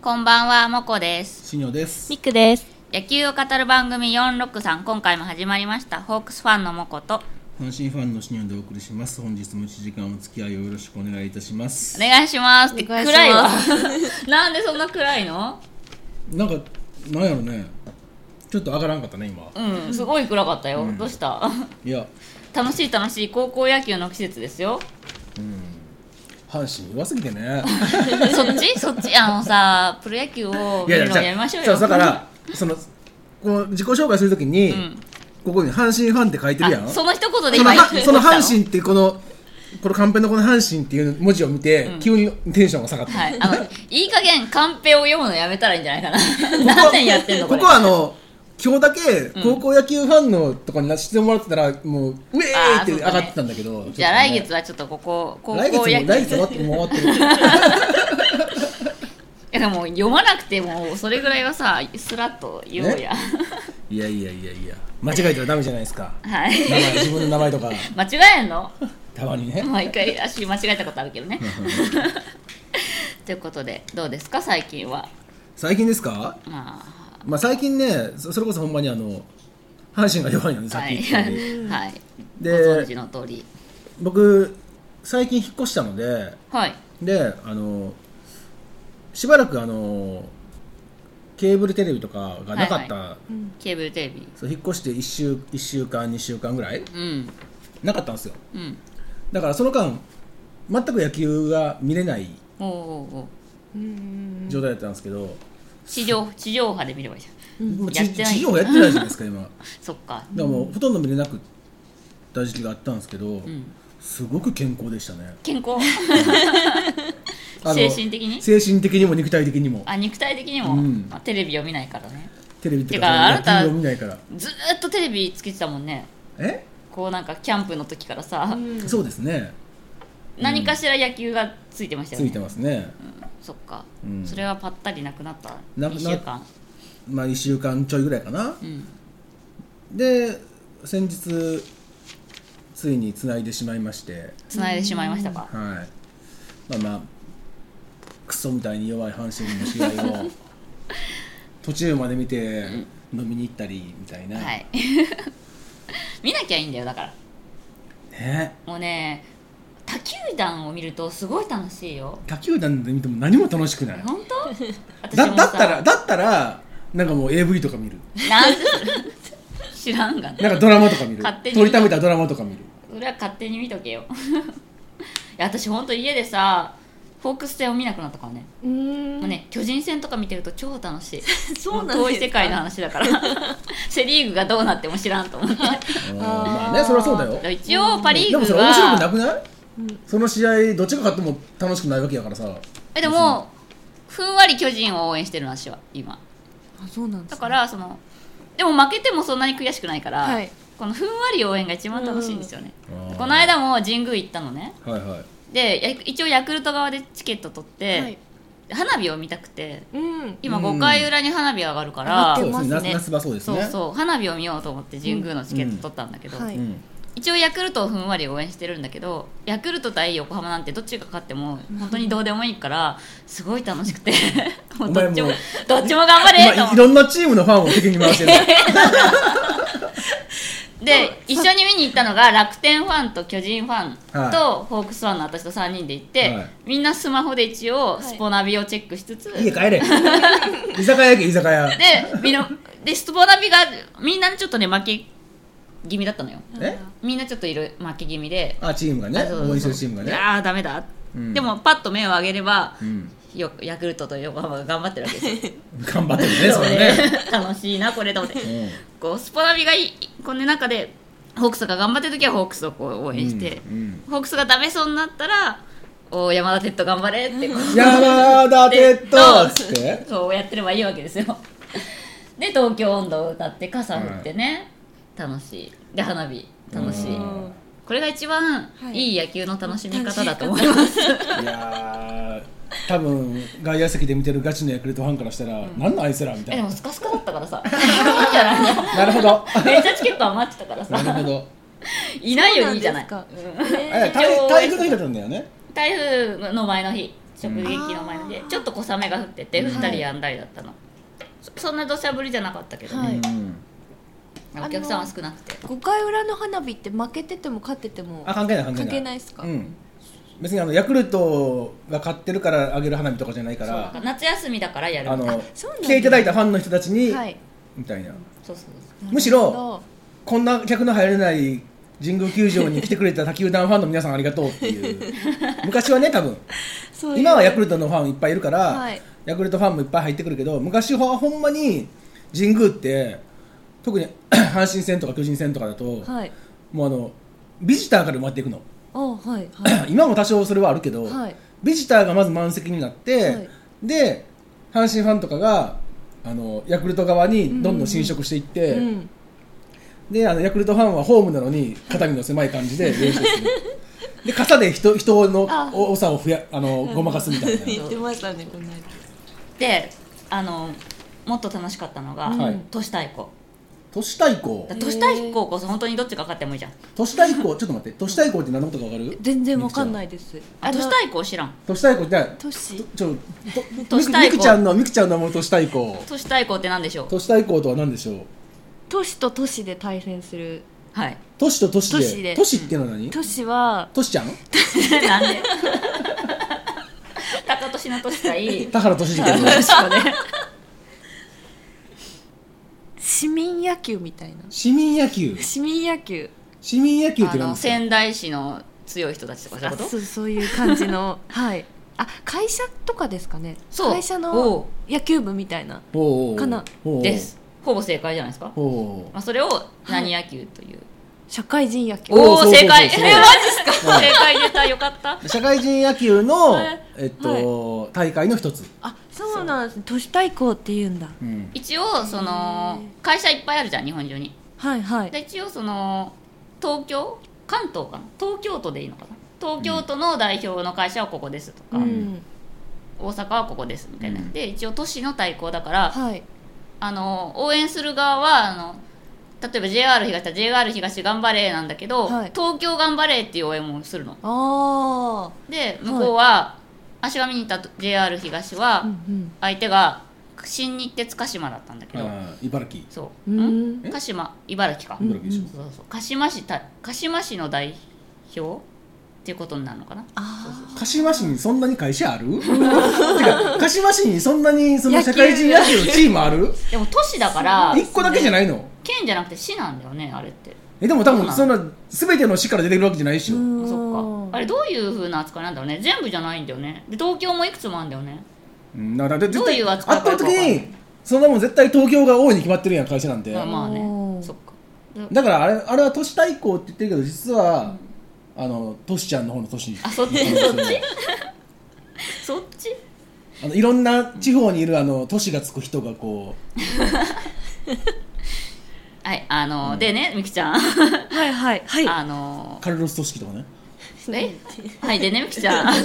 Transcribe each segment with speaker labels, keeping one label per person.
Speaker 1: こんばんは、もこです。
Speaker 2: 新庄です。
Speaker 3: ミックです。
Speaker 1: 野球を語る番組463、今回も始まりました。ホークスファンのもこと、
Speaker 2: 阪神ファンの新庄でお送りします。本日も1時間お付き合いをよろしくお願いいたしま
Speaker 1: お
Speaker 2: す。
Speaker 1: 願いします。って
Speaker 3: お願いし
Speaker 1: 暗いわ
Speaker 3: ま。
Speaker 1: なんでそんな暗いの
Speaker 2: なんか、なんやろね。ちょっと上がらんかったね、今。
Speaker 1: うん、すごい暗かったよ。どうした
Speaker 2: いや、
Speaker 1: 楽しい楽しい高校野球の季節です よ。
Speaker 2: 阪神弱すぎてね。
Speaker 1: そっちそっちあのさ、プロ野球を
Speaker 2: い
Speaker 1: 見るの
Speaker 2: じゃあ
Speaker 1: やめましょう
Speaker 2: そ
Speaker 1: よ。
Speaker 2: う だから、その、こう自己紹介するときに、
Speaker 1: ん
Speaker 2: ここに阪神ファンって書いてるやん。
Speaker 1: あその一言で
Speaker 2: その
Speaker 1: 今
Speaker 2: はその
Speaker 1: どう
Speaker 2: 阪
Speaker 1: したの
Speaker 2: 神ってこの、このカンペのこの阪神っていう文字を見て、急にテンションが下がった。
Speaker 1: はい、あの、いい加減カンペを読むのやめたらいいんじゃないかな。
Speaker 2: ここは
Speaker 1: 何年やってんのこ
Speaker 2: こ
Speaker 1: れ。
Speaker 2: こはあの今日だけ高校野球ファンのとこになしてもらってたらもうウェーイって上がってたんだけど、
Speaker 1: じゃあ来
Speaker 2: ち
Speaker 1: 月はちょっとここ、
Speaker 2: ょ
Speaker 1: 高
Speaker 2: っとね
Speaker 1: 校野球。
Speaker 2: 来月も来月終わってもう終わってる
Speaker 1: いやでも読まなくてもそれぐらいはさスラッと言おうや
Speaker 2: いやいやいやいや間違えたらダメじゃないですか
Speaker 1: はい
Speaker 2: 名前自分の名前とか
Speaker 1: 間違えん の
Speaker 2: たまにね
Speaker 1: 毎回足間違えたことあるけどねということでどうですか最近は
Speaker 2: 最近ですか、
Speaker 1: まあ
Speaker 2: まあ、最近ねそそれこそほんまにあの阪神が弱いのでさっ
Speaker 1: は
Speaker 2: き
Speaker 1: い、
Speaker 2: 言ったように、
Speaker 1: はい、ご存知
Speaker 2: で
Speaker 1: の通り
Speaker 2: 僕最近引っ越したので
Speaker 1: はい
Speaker 2: であのしばらくあのケーブルテレビとかがなかった、
Speaker 1: ケーブルテレビ
Speaker 2: そう引っ越して1週 ,1 週間2週間ぐらい
Speaker 1: うん
Speaker 2: なかったんですよ
Speaker 1: うん
Speaker 2: だからその間全く野球が見れない
Speaker 1: おうおうおう
Speaker 2: 状態だったんですけど、
Speaker 1: 地上地上波で見ればいいじゃん
Speaker 2: もう
Speaker 1: や
Speaker 2: ち
Speaker 1: ってない
Speaker 2: 地上波やってないじゃないですか今 だか
Speaker 1: そっから
Speaker 2: もうほとんど見れなくった時期があったんですけど、
Speaker 1: ん
Speaker 2: すごく健康でしたね
Speaker 1: 健 康
Speaker 2: あの
Speaker 1: 精神的に
Speaker 2: 精神的にも肉体的にも
Speaker 1: あ肉体的にも、
Speaker 2: うん
Speaker 1: まあ、テレビを見ないからね
Speaker 2: テレビっていう
Speaker 1: てかあ
Speaker 2: か
Speaker 1: なた
Speaker 2: 野球を見ないから
Speaker 1: ずーっとテレビつけてたもんね
Speaker 2: え、
Speaker 1: こうなんかキャンプの時からさ、
Speaker 2: そうですね
Speaker 1: 何かしら野球がついてましたよ
Speaker 2: つ
Speaker 1: ね
Speaker 2: いてますね、
Speaker 1: そっか、
Speaker 2: うん
Speaker 1: それはぱったりなくなった
Speaker 2: な
Speaker 1: 1週間
Speaker 2: まあ1週間ちょいぐらいかな
Speaker 1: うん
Speaker 2: で先日ついに繋いでしまいまして
Speaker 1: 繋いでしまいましたか
Speaker 2: はい、まあまあクソみたいに弱い阪神の試 合を途中まで見て飲みに行ったりみたいな、
Speaker 1: はい 見なきゃいいんだよだから
Speaker 2: ね
Speaker 1: もうね他球団を見るとすごい楽しいよ
Speaker 2: 他球団で見ても何も楽しくない
Speaker 1: 本当私
Speaker 2: だ
Speaker 1: も
Speaker 2: だ
Speaker 1: さ
Speaker 2: ったらだったらなんかもう AV とか見る
Speaker 1: なんで 知らんがな
Speaker 2: なんかドラマとか見 る
Speaker 1: 勝手に
Speaker 2: 撮りためたドラマとか見る
Speaker 1: それは勝手に見とけよ いや私ほんと家でさフォークス戦を見なくなったからね
Speaker 3: うーん
Speaker 1: もうね巨人戦とか見てると超楽しい
Speaker 3: そうなんですか
Speaker 1: も遠い世界の話だから セ・リーグがどうなっても知らんと思って
Speaker 2: う んまあねそれはそうだよ
Speaker 1: 一応パ・リ
Speaker 2: で
Speaker 1: ー
Speaker 2: も
Speaker 1: グ
Speaker 2: それ面白くな
Speaker 1: は
Speaker 2: くない、その試合どっちが勝っても楽しくないわけやからさ
Speaker 1: えでもふんわり巨人を応援してるの私は今
Speaker 3: あそうなんです
Speaker 1: だからそのでも負けてもそんなに悔しくないから、
Speaker 3: はい
Speaker 1: このふんわり応援が一番楽しいんですよね、
Speaker 2: うんあー
Speaker 1: この間も神宮行ったのね
Speaker 2: はいはい
Speaker 1: でや一応ヤクルト側でチケット取って、
Speaker 3: はい
Speaker 1: 花火を見たくて
Speaker 3: うん
Speaker 1: 今
Speaker 2: うん
Speaker 1: 5回裏に花火上がるから、
Speaker 3: 上
Speaker 2: そ
Speaker 3: が
Speaker 2: う
Speaker 3: って
Speaker 2: で
Speaker 3: ますす
Speaker 2: ね夏夏
Speaker 3: ね
Speaker 2: 場そうです
Speaker 1: そう
Speaker 2: ね
Speaker 1: そう花火を見ようと思って神宮のチケット取ったんだけど、
Speaker 3: うんはい
Speaker 2: うん
Speaker 1: 一応ヤクルトをふんわり応援してるんだけどヤクルト対横浜なんてどっちが勝っても本当にどうでもいいからすごい楽しくてもうどっちも
Speaker 2: お前もう
Speaker 1: どっちも頑張れと
Speaker 2: 今い
Speaker 1: 思っ
Speaker 2: ろんなチームのファンを敵に 回してる
Speaker 1: てで一緒に見に行ったのが楽天ファンと巨人ファンとホークスファンの私と3人で行って、
Speaker 2: はい
Speaker 1: みんなスマホで一応スポナビをチェックしつつ、
Speaker 2: 家帰れ居酒屋行け居酒屋
Speaker 1: でみのでスポナビがみんなちょっとね負け気味だったのよ
Speaker 2: え
Speaker 1: みんなちょっといる負け気味で、
Speaker 2: あチームが
Speaker 1: あ
Speaker 2: ね
Speaker 1: そうそうそう
Speaker 2: 応援するチームがね
Speaker 1: ああダメだ、
Speaker 2: うん
Speaker 1: でもパッと目を上げれば
Speaker 2: うん
Speaker 1: よヤクルトと横浜が頑張ってるわけ ですよ
Speaker 2: 頑張ってるねそれね
Speaker 1: 楽しいなこれと思って
Speaker 2: うん
Speaker 1: こうスポナビがいいこの中でホークスが頑張ってる時はホークスをこう応援して、
Speaker 2: うんうん
Speaker 1: ホークスがダメそうになったらおー山田哲人頑張れってこう
Speaker 2: 山田哲人っつって
Speaker 1: そうやってればいいわけですよで東京音頭を歌って傘振ってね、楽しいで花火楽しい、
Speaker 2: うん
Speaker 1: これが一番
Speaker 3: はい
Speaker 1: いい野球の楽しみ方だと思います、
Speaker 2: いやー多分外野席で見てるガチのヤクルトファンからしたら何のあいつらみ た
Speaker 1: え
Speaker 2: い
Speaker 1: でも
Speaker 2: な
Speaker 1: スカスカだったからさ そういうもんじゃない の
Speaker 2: なるほど
Speaker 1: めっちゃチケット余ってたからさ
Speaker 2: なるほど
Speaker 1: いないよりいいじゃない
Speaker 3: そうなんですか
Speaker 1: うん
Speaker 2: あいや台台風の日だったんだよね
Speaker 1: 台風の前の日直撃の前で
Speaker 3: あー
Speaker 1: ちょっと小雨が降ってて降ったりやんだりだったの、そそんな土砂降りじゃなかったけど、
Speaker 3: は
Speaker 1: ね
Speaker 3: い
Speaker 2: うん
Speaker 1: お客さんは少なくて
Speaker 3: 5回裏の花火って負けてても勝ってても
Speaker 2: あ関係ない関係ない
Speaker 3: 関係ないっすか
Speaker 2: うん、別にあのヤクルトが買ってるからあげる花火とかじゃないか
Speaker 1: そう
Speaker 2: ら
Speaker 1: 夏休みだからやる
Speaker 2: あの
Speaker 3: そうなんだ
Speaker 2: 来ていただいたファンの人たちに、
Speaker 3: はい
Speaker 2: みたいな
Speaker 1: そうそう
Speaker 2: むし
Speaker 3: なるほ
Speaker 2: ろ
Speaker 3: ど
Speaker 2: こんな客の入れない神宮球場に来てくれた他球団ファンの皆さんありがとうっていう 昔はね多分
Speaker 3: そういう
Speaker 2: 今はヤクルトのファンいっぱいいるから、
Speaker 3: はい
Speaker 2: ヤクルトファンもいっぱい入ってくるけど昔はほんまに神宮って特に 阪神戦とか巨人戦とかだと、
Speaker 3: はい
Speaker 2: もうあのビジターから埋まっていくの
Speaker 3: あはいは
Speaker 2: 今も多少それはあるけど、
Speaker 3: いはい
Speaker 2: ビジターがまず満席になって、
Speaker 3: はい
Speaker 2: で阪神ファンとかがあのヤクルト側にどんどん侵食していって、
Speaker 3: うん
Speaker 2: であのヤクルトファンはホームなのに肩身の狭い感 じで練習するで傘で人人の
Speaker 3: あ
Speaker 2: 多さを増やあのごまかすみたいな
Speaker 3: 言ってましたねこの間
Speaker 1: であのもっと楽しかったのが、
Speaker 2: はい
Speaker 1: 都市対抗
Speaker 2: 都市対抗
Speaker 1: だから都市対抗こそ本当にどっちが勝ってもいいじゃん
Speaker 2: 都市対抗ちょっと待って都市対抗って何のことかわかる
Speaker 3: 全然わかんないいです
Speaker 1: あ都市対抗知らん
Speaker 2: 都市対抗って
Speaker 3: 都市
Speaker 2: ちょと
Speaker 1: 都市対抗
Speaker 2: みくちゃんのみくちゃんの名前都市対抗
Speaker 1: 都市対抗って何でしょう
Speaker 2: 都市対抗とは何でしょう
Speaker 3: 都市と都市で対戦する
Speaker 1: はい
Speaker 2: 都市と都市で
Speaker 3: 都市で
Speaker 2: ってのは何
Speaker 3: 都市は
Speaker 2: 都市ちゃん
Speaker 1: なんで 高年の年対
Speaker 2: 田原都市じゃん
Speaker 3: 市民野球みたいな
Speaker 2: 市民野球
Speaker 3: 市民野球
Speaker 2: 市民野球っ
Speaker 1: あ
Speaker 2: て何
Speaker 1: の
Speaker 2: ですか
Speaker 1: 仙台市の強い人たちとかそういうこ
Speaker 3: あ
Speaker 1: と
Speaker 3: そうそういう感じ のはいあ会社とかですかね
Speaker 1: そう
Speaker 3: 会社
Speaker 1: おう
Speaker 3: の野球部みたいな
Speaker 2: おうおう
Speaker 3: かな
Speaker 2: おうおう
Speaker 1: ですほぼ正解じゃないですか、
Speaker 2: おうおう
Speaker 1: まあ、それを何野球という、
Speaker 3: 社会人野球
Speaker 2: お
Speaker 1: お
Speaker 2: う
Speaker 1: お
Speaker 2: そうそう
Speaker 1: 正解
Speaker 2: そう
Speaker 1: えマジですか
Speaker 2: はい
Speaker 1: 正解出たよかった
Speaker 2: 社会人野球の
Speaker 3: はい、
Speaker 2: えっと大会の一つ、
Speaker 3: あそうなんです都市対抗って言うんだ
Speaker 2: うん
Speaker 1: 一応その会社いっぱいあるじゃん日本中に
Speaker 3: はいはい
Speaker 1: で一応その東京関東かな東京都でいいのかな東京都の代表の会社はここですとか、
Speaker 3: うん
Speaker 1: 大阪はここですみたいな、
Speaker 2: うん
Speaker 1: で一応都市の対抗だから、
Speaker 3: はい
Speaker 1: あの応援する側はあの例えば JR 東だったら JR 東頑張れなんだけど、
Speaker 3: はい
Speaker 1: 東京頑張れっていう応援もするの
Speaker 3: あ
Speaker 1: で向こうは、足が見に行った JR 東は、
Speaker 3: あうん
Speaker 1: 相手が新日鉄鹿島だったんだけど、
Speaker 2: あー茨城
Speaker 1: そうう、ん、
Speaker 3: んうん
Speaker 2: え
Speaker 1: 鹿島茨城か、
Speaker 3: うん
Speaker 2: 茨城でしょ、
Speaker 1: そうそうそう鹿島市た鹿島市の代表っていうことになるのかな
Speaker 3: あ
Speaker 2: 鹿島市にそんなに会社あるてか鹿島市にそんなにその社会人野
Speaker 3: 野
Speaker 2: 球のチームある
Speaker 1: でも都市だから
Speaker 2: 一個だけじゃないの
Speaker 1: 県じゃなくて市なんだよねあれって
Speaker 2: えでも多
Speaker 1: そう
Speaker 2: 分
Speaker 1: なの
Speaker 2: そんな全ての市から出てくるわけじゃないでしょ、
Speaker 3: うん
Speaker 1: そっかあれどういうふうな扱いなんだろうね全部じゃないんだよねで東京もいくつもあるんだよね
Speaker 2: うんだからだって絶対
Speaker 1: どういう
Speaker 2: 圧
Speaker 1: 扱いかよ
Speaker 2: 倒
Speaker 1: くわか
Speaker 2: 的
Speaker 1: んない
Speaker 2: にそんなもん絶対東京が多いに決まってるやん会社なんて、
Speaker 1: まあまあ
Speaker 3: お
Speaker 1: ね
Speaker 3: ー
Speaker 1: そっか
Speaker 2: だからあれあれは都市対抗って言ってるけど実は、あの都市ちゃんの方の都市
Speaker 1: あ そっちそっちそっち
Speaker 2: あのいろんな地方にいるあの都市がつく人がこ
Speaker 1: はいあのーでねみきちゃん
Speaker 3: ーはいはいはい
Speaker 1: あ
Speaker 2: う
Speaker 1: の
Speaker 2: カルロス組織とかね
Speaker 1: ーえはいでねみきちゃんあの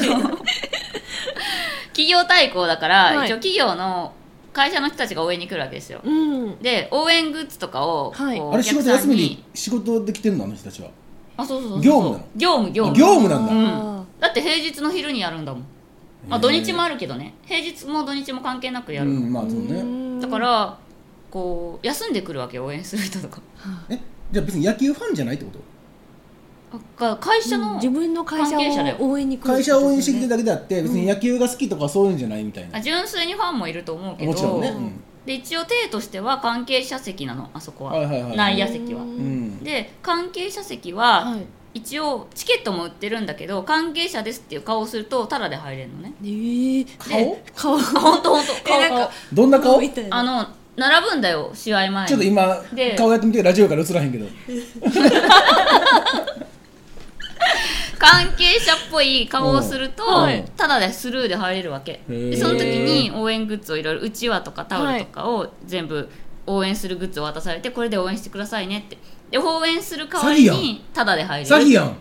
Speaker 1: 企業対抗だから、
Speaker 3: はい
Speaker 1: 一応企業の会社の人たちが応援に来るわけですよ
Speaker 3: うん
Speaker 1: で応援グッズとかを、
Speaker 3: はい
Speaker 1: こう
Speaker 2: あれ仕
Speaker 1: お
Speaker 2: 事
Speaker 1: 客さ
Speaker 2: 休
Speaker 1: ん
Speaker 2: み
Speaker 1: に
Speaker 2: に仕事できてるのあの人たちは
Speaker 1: あそうそうそうそう
Speaker 2: 業務なの
Speaker 1: 業務業務
Speaker 2: 業務なんだ
Speaker 3: あ
Speaker 1: だって平日の昼にやるんだもん、まあ、土日もあるけどね平日も土日も関係なく
Speaker 2: え
Speaker 1: や
Speaker 2: ーう
Speaker 1: るの、
Speaker 2: んまあそう
Speaker 3: ー
Speaker 2: ね
Speaker 3: うん
Speaker 1: だからこう休んでくるわけよ応援する人とか
Speaker 2: えじゃあ別に野球ファンじゃないってこと
Speaker 1: が会社の、
Speaker 3: 自分の会社
Speaker 1: 関係者だよ
Speaker 3: を応援に来る
Speaker 2: 会社を応援してきてる
Speaker 3: だ
Speaker 2: だけであって別に野球が好きとかそういうんじゃないみたいな
Speaker 1: あ、純粋にファンもいると思うけど
Speaker 2: もちろんね、
Speaker 1: で一応体としては関係者席なのあそこは,、
Speaker 2: はいはいはい
Speaker 1: 内野席は
Speaker 3: う
Speaker 2: うんうん
Speaker 1: で関係者席は、
Speaker 3: はい
Speaker 1: 一応チケットも売ってるんだけど関係者ですっていう顔をするとタダで入れる のね
Speaker 3: えー
Speaker 2: 顔
Speaker 3: 顔
Speaker 1: あ本当本当顔
Speaker 3: えなん
Speaker 1: 顔
Speaker 3: か
Speaker 2: どんな顔
Speaker 3: み
Speaker 2: ち
Speaker 3: たいな
Speaker 1: あの並ぶんだよ試合前に
Speaker 2: ょっと今
Speaker 1: で
Speaker 2: 顔やってみてラジオから映らへんけど
Speaker 1: 関係者っぽい顔をすると、
Speaker 2: うん
Speaker 1: ただでスルーで入れるわけ
Speaker 2: ー
Speaker 1: でその時に応援グッズをいろいろうちわとかタオルとかを全部応援するグッズを渡されてこれで応援してくださいねってで応援する代わり
Speaker 2: 詐欺
Speaker 1: にただで入れる
Speaker 2: 詐欺やん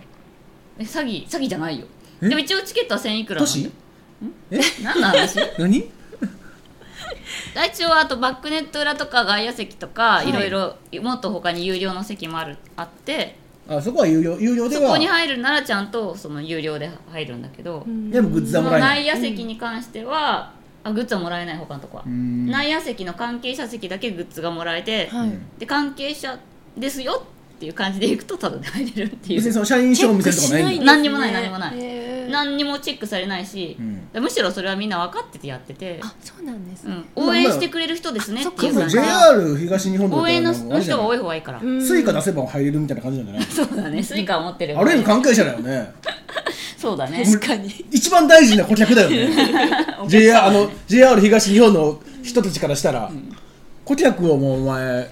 Speaker 1: え詐欺詐欺じゃないよ
Speaker 2: え
Speaker 1: でも一応チケットは1000いくら
Speaker 2: 都
Speaker 1: な
Speaker 2: 市
Speaker 1: ん何の話
Speaker 2: 何
Speaker 1: 一応あとバックネット裏とか外野席とかいろいろもっと他に有料の席もあるあって
Speaker 2: あそこは有料有料で
Speaker 1: そこ
Speaker 2: は
Speaker 1: に入るならちゃんとその有料で入るんだけど、
Speaker 2: でもグッズはもらえない
Speaker 1: 内野席に関しては、あグッズはもらえない他のとこは、
Speaker 2: うん
Speaker 1: 内野席の関係者席だけグッズがもらえて、
Speaker 3: はい、
Speaker 1: で関係者ですよっていう感じで行くとただで入れるってい
Speaker 2: 別に
Speaker 1: う
Speaker 2: その社員証を見せるとかないんだ
Speaker 1: 何にもない何にもない
Speaker 3: へー
Speaker 1: 何にもチェックされないし
Speaker 2: う、ん
Speaker 1: むしろそれはみんな分かっててやってて、
Speaker 3: あそうなんです
Speaker 1: う
Speaker 3: ね、
Speaker 1: ん、応援してくれる人ですねってい
Speaker 2: 多
Speaker 1: う感
Speaker 2: 分
Speaker 1: じ
Speaker 2: JR 東日本とか
Speaker 1: 応援の
Speaker 2: あれじゃ
Speaker 1: 人が
Speaker 2: ない
Speaker 1: 多い方がいいから、
Speaker 3: うん
Speaker 2: スイカ出せば入れるみたいな感じなんじゃない
Speaker 1: そうだねスイカを持ってる
Speaker 2: ある意味関係者だよね
Speaker 1: そうだね
Speaker 3: 確かに
Speaker 2: 一番大事な顧客だ よね JR, あの JR 東日本の人たちからしたら、顧客をもうお前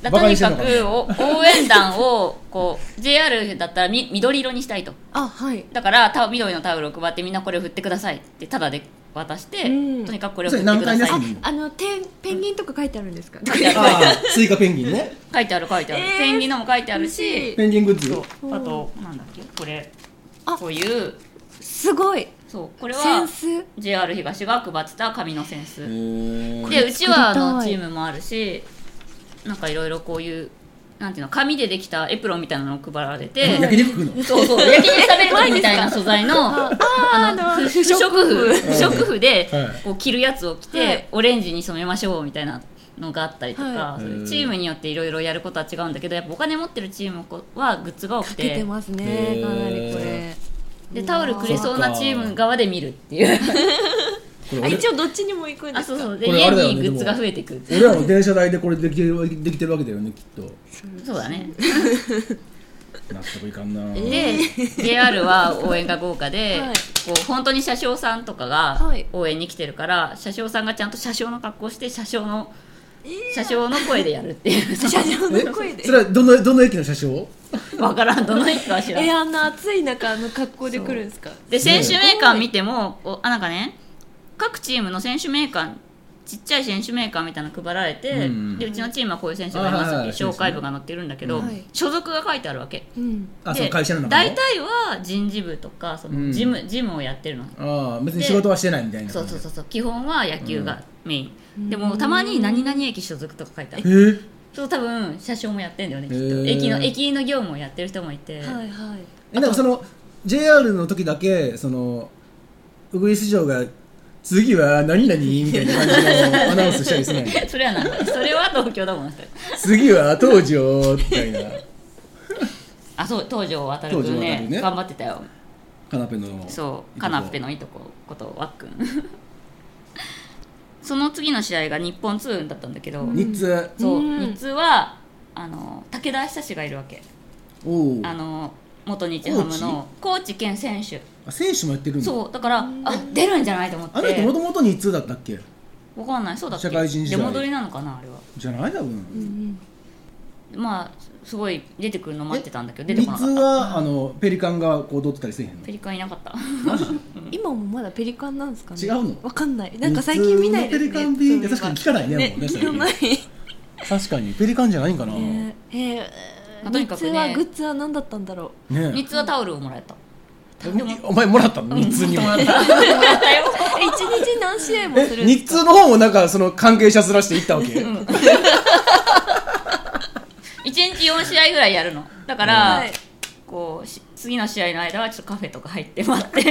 Speaker 1: だ
Speaker 2: バ
Speaker 1: と
Speaker 2: カに
Speaker 1: に
Speaker 2: してん
Speaker 1: か
Speaker 2: のか
Speaker 1: く
Speaker 2: な
Speaker 1: お応援団をこう JR だったらみ緑色にしたいと
Speaker 3: あはい
Speaker 1: だからた緑のタオルを配ってみんなこれを振ってくださいってタダで渡して、
Speaker 3: うん
Speaker 1: とにかくこれを振ってくだ
Speaker 2: それ何回出
Speaker 1: さ
Speaker 2: す
Speaker 1: い
Speaker 3: あ
Speaker 2: のうん
Speaker 3: あのてペンギンとか書いてあるんですか、
Speaker 2: ああスイカペンギンね
Speaker 1: 書いてある書いてある、
Speaker 3: えー
Speaker 1: ペンギンのも書いてある
Speaker 3: 嬉し
Speaker 1: し
Speaker 3: い
Speaker 2: ペンギングッズ
Speaker 1: そうあとなんだっけこれ
Speaker 3: あ
Speaker 1: こういう
Speaker 3: すごい
Speaker 1: そうこれ
Speaker 3: セ
Speaker 1: は
Speaker 3: ンス
Speaker 1: JR 東が配ってた紙のセンス、
Speaker 2: へー
Speaker 1: でうちはあの
Speaker 3: 作
Speaker 1: チ
Speaker 3: りたい
Speaker 1: ームもあるしなんかいろいろこういうなんていうの紙でできたエプロンみたいなのを配られて、
Speaker 2: 焼き肉食うの
Speaker 1: そうそう焼き肉食べる時みたいな素材のあ
Speaker 3: あ
Speaker 1: の
Speaker 3: ー
Speaker 1: 不不織布不織布で
Speaker 2: はい
Speaker 1: こう着るやつを着て、
Speaker 3: はい
Speaker 1: オレンジに染めましょうみたいなのがあったりとか、
Speaker 3: はい
Speaker 1: そういうチームによっていろいろやることは違うんだけどやっぱお金持ってるチームはグッズが多
Speaker 3: か
Speaker 1: く
Speaker 3: けて
Speaker 1: て
Speaker 3: ますね、
Speaker 2: へー
Speaker 3: かなりこれ
Speaker 1: でタオルくれそう
Speaker 2: う
Speaker 1: な
Speaker 2: わー
Speaker 1: チーム側で見るっていう
Speaker 2: これ
Speaker 3: あ
Speaker 2: 俺
Speaker 3: 一応どっちにも行くん で
Speaker 1: あ
Speaker 3: す
Speaker 1: そう
Speaker 3: か
Speaker 1: そうで
Speaker 2: これあ
Speaker 1: 家
Speaker 2: れだよね
Speaker 1: にグッズが増えていくっていう
Speaker 2: 俺らの電車代でこれできてるできてるわけだよねきっと
Speaker 1: そうだね
Speaker 2: 納得いかんな
Speaker 1: で JR は応援が豪華で、
Speaker 3: はい
Speaker 1: こう本当に車掌さんとかが
Speaker 3: はい
Speaker 1: 応援に来てるから車掌さんがちゃんと車掌の格好して車掌の車掌の声でやるっていう
Speaker 3: 車上の声
Speaker 2: え
Speaker 3: で
Speaker 2: それはどのどの駅の車掌
Speaker 1: わからんどの駅かは知らん
Speaker 3: えあんな暑い中あの格好で来るんですか
Speaker 1: で選手名鑑見てもこうあなんかね各チームの選手名鑑ちっちゃい選手名鑑みたいなの配られて、
Speaker 2: うん
Speaker 1: でうちのチームはこういう選手がいます
Speaker 2: あはい
Speaker 1: っ
Speaker 2: はい
Speaker 1: て紹介部が載ってるんだけど、
Speaker 3: はい
Speaker 1: 所属が書いてあるわけ
Speaker 3: うん
Speaker 2: あそ
Speaker 1: で
Speaker 2: の会社の中の
Speaker 1: 大体は人事部とかそ
Speaker 2: うん
Speaker 1: の事務,、事務をやってるの
Speaker 2: ああ別に仕事はしてないみたいな
Speaker 1: そうそうそううそう基本は野球がメイン、
Speaker 3: うん
Speaker 1: でもたまに「何々駅所属」とか書いてある
Speaker 2: へえ
Speaker 1: そう多分車掌もやってんだよねきっ
Speaker 2: へ
Speaker 1: と
Speaker 2: ー
Speaker 1: 駅の駅の業務をやってる人もいて、
Speaker 3: はいはい
Speaker 2: えなんかその JR の時だけそのウグイス嬢が次は何々みたいな感じのアナウンスしたり するの
Speaker 1: それはなんかそれは東京だもん
Speaker 2: 次は東条みたいな
Speaker 1: あそう東条渡る
Speaker 2: 東
Speaker 1: 君
Speaker 2: 条
Speaker 1: ね
Speaker 2: 航ね
Speaker 1: 頑張ってたよ
Speaker 2: カナペの
Speaker 1: そうカナッペのいとこことわっ くんその次の試合が日本ツーだったんだけど、
Speaker 2: 3つ
Speaker 1: そううん日通はあの武田久志がいるわけ
Speaker 2: おお
Speaker 1: あの元日ハムの高知県選手
Speaker 2: 選手もやってるんだ
Speaker 1: そうだからあ出るんじゃないと思って
Speaker 2: あの人もともと2通だったっけ
Speaker 1: わかんないそうだっけ
Speaker 2: 社会人時代
Speaker 1: 出戻りなのかなあれは
Speaker 2: じゃない多
Speaker 3: う
Speaker 2: 分
Speaker 3: ん
Speaker 1: まあすごい出てくるの待ってたんだけど出て
Speaker 2: 3
Speaker 1: こな
Speaker 2: つ
Speaker 1: かった
Speaker 2: はあのペリカンがこう踊ってたりせえへんの
Speaker 1: ペリカンいなかった
Speaker 3: うん今もまだペリカンなんですかね
Speaker 2: 違うの
Speaker 3: わかんないなんか最近見ないですね
Speaker 2: 普通のペリカンで確かに聞かないね
Speaker 3: ね
Speaker 2: もうね
Speaker 3: 聞か ない
Speaker 2: 確かにペリカンじゃないんかな
Speaker 3: ねえ
Speaker 1: ま
Speaker 3: ー
Speaker 1: あとにかくね
Speaker 3: グッズはグッズは何だったんだろ
Speaker 1: 三
Speaker 2: ね
Speaker 1: つはタオルをもらえた
Speaker 2: えお前もらったの3つに も
Speaker 1: もらったもらったよ
Speaker 3: うえ一日何試合もす
Speaker 2: え
Speaker 3: るんで
Speaker 2: 日
Speaker 3: すか
Speaker 2: 通の方もなんかその関係者ずらしていったわけ
Speaker 1: 一日四試合ぐらいやるのだから、
Speaker 3: はい
Speaker 1: こうし次の試合の間はちょっとカフェとか入って待って い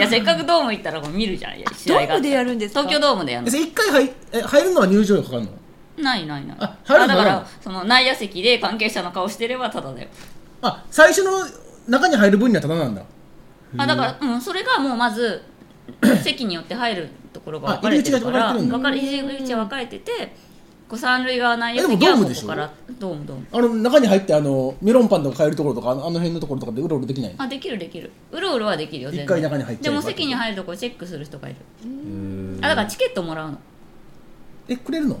Speaker 1: やせっかくドーム行ったらこう見るじゃん試
Speaker 3: ド
Speaker 1: 合が
Speaker 3: ームでやるんですか
Speaker 1: 東京ドームでやるの
Speaker 2: えそれ一回入え入るのは入場料かかるの
Speaker 1: ないないない
Speaker 2: あ入るの
Speaker 1: だか
Speaker 2: ない
Speaker 1: らその内野席で関係者の顔してればタダだよ
Speaker 2: あ最初の中に入る分にはただなんだ
Speaker 1: あだから、うん、それがもうまず 席によって入るところが分かれてるか
Speaker 2: あ
Speaker 1: ら
Speaker 2: 入り口が
Speaker 1: 分かれ入り口は分かれててこう三塁側内野
Speaker 2: え
Speaker 1: 席
Speaker 2: でも
Speaker 1: は
Speaker 2: ドー
Speaker 1: こ
Speaker 2: ムでしょ
Speaker 1: こからドームドーム
Speaker 2: あの中に入ってあのメロンパンとか買えるところとかあのあの辺のところとかでうろうろできない
Speaker 1: あできるできるうろうろはできるよ
Speaker 2: 一回中に入っちゃえ
Speaker 1: で
Speaker 2: ば
Speaker 1: も席に入るとこチェックする人がいる
Speaker 2: うん
Speaker 1: あだからチケットもらうの
Speaker 2: えくれるの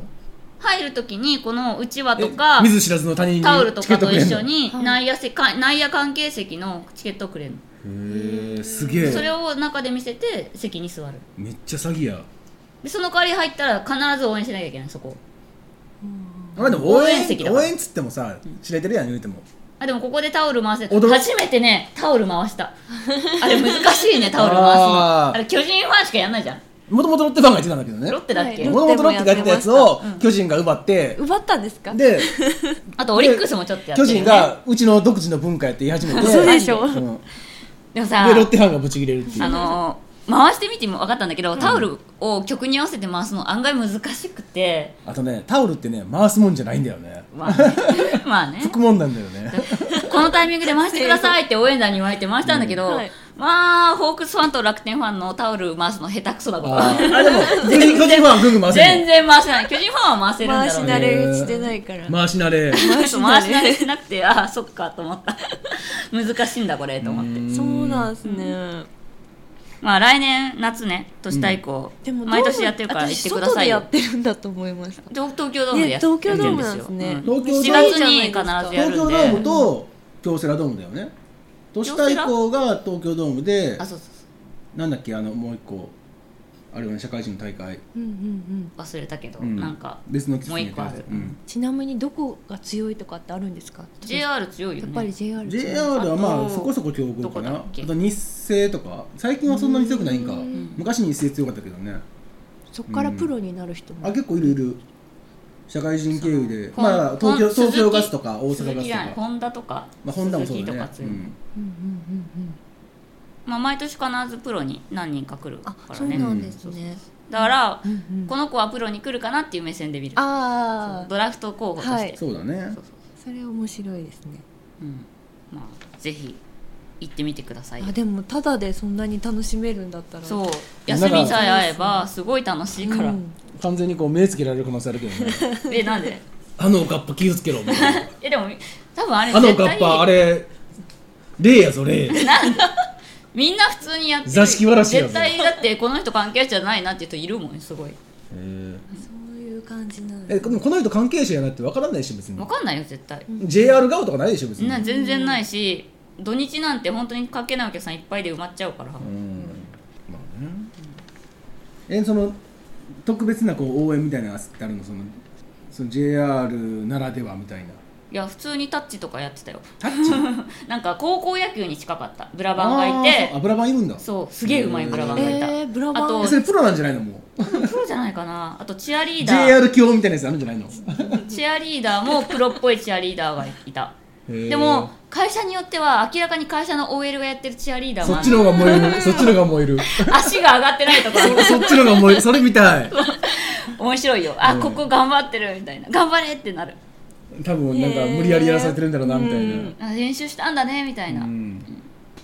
Speaker 1: 入るときにこのうちわと
Speaker 2: え
Speaker 1: か
Speaker 2: 見ず知らずの他人に
Speaker 1: タオルと
Speaker 2: チケ
Speaker 1: か
Speaker 2: ット
Speaker 1: と
Speaker 2: くれ
Speaker 1: 一
Speaker 2: んの
Speaker 1: 緒に
Speaker 3: はい
Speaker 1: 内野せか内野関係席のチケットをくれるの、
Speaker 2: へえすげえ
Speaker 1: それを中で見せて席に座る
Speaker 2: めっちゃ詐欺や
Speaker 1: でその代わり入ったら必ず応援しなきゃいけないそこ
Speaker 2: まあでも応
Speaker 1: 応
Speaker 2: 援
Speaker 1: 援席だか
Speaker 2: 応
Speaker 1: ら
Speaker 2: 援っつってもさ知れてるやん言うても
Speaker 1: あでもここでタオル回せ
Speaker 2: 驚
Speaker 1: 初めてねタオル回したあれ難しいねタオル回すの
Speaker 2: あ
Speaker 1: あ
Speaker 2: ー
Speaker 1: れ巨人ファンしかやんないじゃん
Speaker 2: もともとロッテファンが言ってたんだけどね
Speaker 1: ロッテだっけ、
Speaker 3: はい
Speaker 2: もともとロッテがやってたやつを
Speaker 1: うん
Speaker 2: 巨人が奪って、
Speaker 3: 奪ったんですか
Speaker 2: で
Speaker 1: あ とオリックスもちょっとやって
Speaker 2: 巨
Speaker 1: る、ね、
Speaker 2: 人がうちの独自の文化やって言い始めて
Speaker 3: あそうでしょ
Speaker 2: うんで
Speaker 1: でもさ
Speaker 2: ロッテファンがブチ切れるっていう
Speaker 1: あのー回してみても分かったんだけど、タオルを曲に合わせて回すの案外難しくて
Speaker 2: あとねタオルってね回すもんじゃないんだよね
Speaker 1: まあね まあね
Speaker 2: 拭くもんなんだよね
Speaker 1: このタイミングで回してくださいって応援団に言われて回したんだけど、
Speaker 3: うんはい
Speaker 1: まあホークスファンと楽天ファンのタオル回すの下手くそだこと
Speaker 2: あーあでも巨人巨人ファンはぐんぐん回せる
Speaker 1: 全然回せない巨人ファンは回せるんだ
Speaker 3: 回
Speaker 1: ろ
Speaker 3: し
Speaker 1: うね
Speaker 3: 慣れしてないから、
Speaker 2: 回し慣れ
Speaker 1: 回し
Speaker 3: 回
Speaker 1: 慣
Speaker 3: し慣れ
Speaker 1: れしてなくてああそっかと思った 難しいんだこれと思って
Speaker 3: そうなんですね、
Speaker 1: まあ来年夏ね年対抗、
Speaker 3: でも
Speaker 1: 毎年やってるから行ってくださいよ
Speaker 3: 私外でやってるんだと思いました
Speaker 1: 東東京ドームでやっ
Speaker 3: ね東京ドーム
Speaker 1: やって
Speaker 3: なんですね
Speaker 1: ようん、7
Speaker 2: 東京
Speaker 1: 月に
Speaker 3: いいじゃない
Speaker 1: 必ず
Speaker 3: です
Speaker 1: や
Speaker 2: 東
Speaker 1: るん
Speaker 2: 京ド
Speaker 1: で
Speaker 2: ームと京セラドームだよね都市対抗が東京ドームで
Speaker 1: あそうそうそ
Speaker 2: なんだっけあのもう一個あれはね社会人の大会、
Speaker 3: うんうんうん
Speaker 1: う忘れたけど、
Speaker 2: うん
Speaker 1: なんか
Speaker 2: 別の季節にやって
Speaker 1: もう一個あ
Speaker 2: る
Speaker 1: る
Speaker 2: うん
Speaker 3: ちなみにどこが強いとかってあるんですか
Speaker 1: JR 強いよ
Speaker 3: や
Speaker 1: ね
Speaker 3: っぱり JR 強い
Speaker 2: JR はま
Speaker 1: あ
Speaker 2: あ
Speaker 1: と
Speaker 2: そこそこ強豪か
Speaker 1: ど
Speaker 2: な
Speaker 1: こだ
Speaker 2: あ
Speaker 1: っけ
Speaker 2: と日清とか最近はそんなに強くないんか
Speaker 3: うん
Speaker 2: 昔日清強かったけどね
Speaker 3: そこからプロになる人も、
Speaker 2: あ結構いるいる社会人経由
Speaker 1: そ
Speaker 2: で
Speaker 1: う
Speaker 2: ま
Speaker 1: こ
Speaker 2: あ
Speaker 1: ん
Speaker 2: 東京
Speaker 1: 鈴木
Speaker 2: 東京ガスとか大
Speaker 1: 鈴
Speaker 2: 阪ガ
Speaker 1: 木
Speaker 2: ス
Speaker 1: じゃない
Speaker 2: とか
Speaker 1: ホンダとか、
Speaker 2: まあホンダもそ
Speaker 1: 鈴
Speaker 2: う
Speaker 1: 木
Speaker 2: だ
Speaker 1: とか
Speaker 2: ね
Speaker 1: 強
Speaker 2: う
Speaker 1: い、
Speaker 2: ん
Speaker 3: うんうんうんうん
Speaker 1: まあ、毎年必ずプロに何人か来るか
Speaker 3: あ
Speaker 1: ら
Speaker 3: そう
Speaker 1: ね
Speaker 3: なんですね、
Speaker 1: だから、
Speaker 3: うんうん
Speaker 1: この子はプロに来るかなっていう目線で見る
Speaker 3: ああ
Speaker 1: ドラフト候補として、
Speaker 3: はい
Speaker 2: そうだね
Speaker 1: そうそう
Speaker 3: それ面白いですね
Speaker 1: うんまあぜひ行ってみてくださいよ
Speaker 3: あでもただでそんなに楽しめるんだったら
Speaker 1: そう
Speaker 2: なん
Speaker 1: 休
Speaker 2: か
Speaker 1: みさえ合えばすごい楽しいから、
Speaker 3: うん
Speaker 2: 完全にこう目つけられる可能性あるけどね
Speaker 1: えなんで
Speaker 2: あのおかっぱ気をつけろみたいな
Speaker 1: えでも多分あれ
Speaker 2: あのお
Speaker 1: 絶
Speaker 2: かっ
Speaker 1: 対
Speaker 2: ぱ あれ霊やぞ霊
Speaker 1: みんな普通にやってる
Speaker 2: 座敷わらしやぞ
Speaker 1: 絶対だってこの人関係者じゃないなっていう人いるもんすごい
Speaker 3: そういう感じなん
Speaker 2: え
Speaker 3: です
Speaker 2: でもこの人関係者やなって分からないでしょ別に
Speaker 1: わかんないよ絶対、
Speaker 2: JR 顔とかないでしょ別に
Speaker 1: な全然ないし土日なんて本当に関係ないお客さんいっぱいで埋まっちゃうから、
Speaker 2: うんまあねえその特別なこう応援みたいなのってあるのそのその JR ならではみたいない
Speaker 1: や普通にタッチとかやってたよ
Speaker 2: タッチ
Speaker 1: なんか高校野球に近かったブラ
Speaker 2: ブ
Speaker 1: バンがいて
Speaker 2: 油版いるんだ
Speaker 1: そうすげえうまいブラバンがいた、
Speaker 3: えー、ブラバン
Speaker 1: あと
Speaker 2: えそれプロなんじゃないのもう
Speaker 1: プロじゃないかなあとチアリーダー
Speaker 2: JR 教みたいなやつあるんじゃな いの
Speaker 1: チアリーダーもプロっぽいチアリーダーがいた
Speaker 2: へえ
Speaker 1: でも会社によっては明らかに会社の OL がやってるチアリーダー
Speaker 2: そ
Speaker 1: もあ
Speaker 2: っ
Speaker 1: る
Speaker 2: ちの方が燃えるそっちの方が燃える
Speaker 1: 足が上がってないとか
Speaker 2: そっちの方が燃えるそれみたい
Speaker 1: 面白いよあ、
Speaker 2: うん
Speaker 1: ここ頑張ってるみたいな頑張れってなる
Speaker 2: 多分なんか無理やりやらされてるんだろうなみたいな
Speaker 3: うん
Speaker 1: あ練習したんだねみたいな、
Speaker 2: うん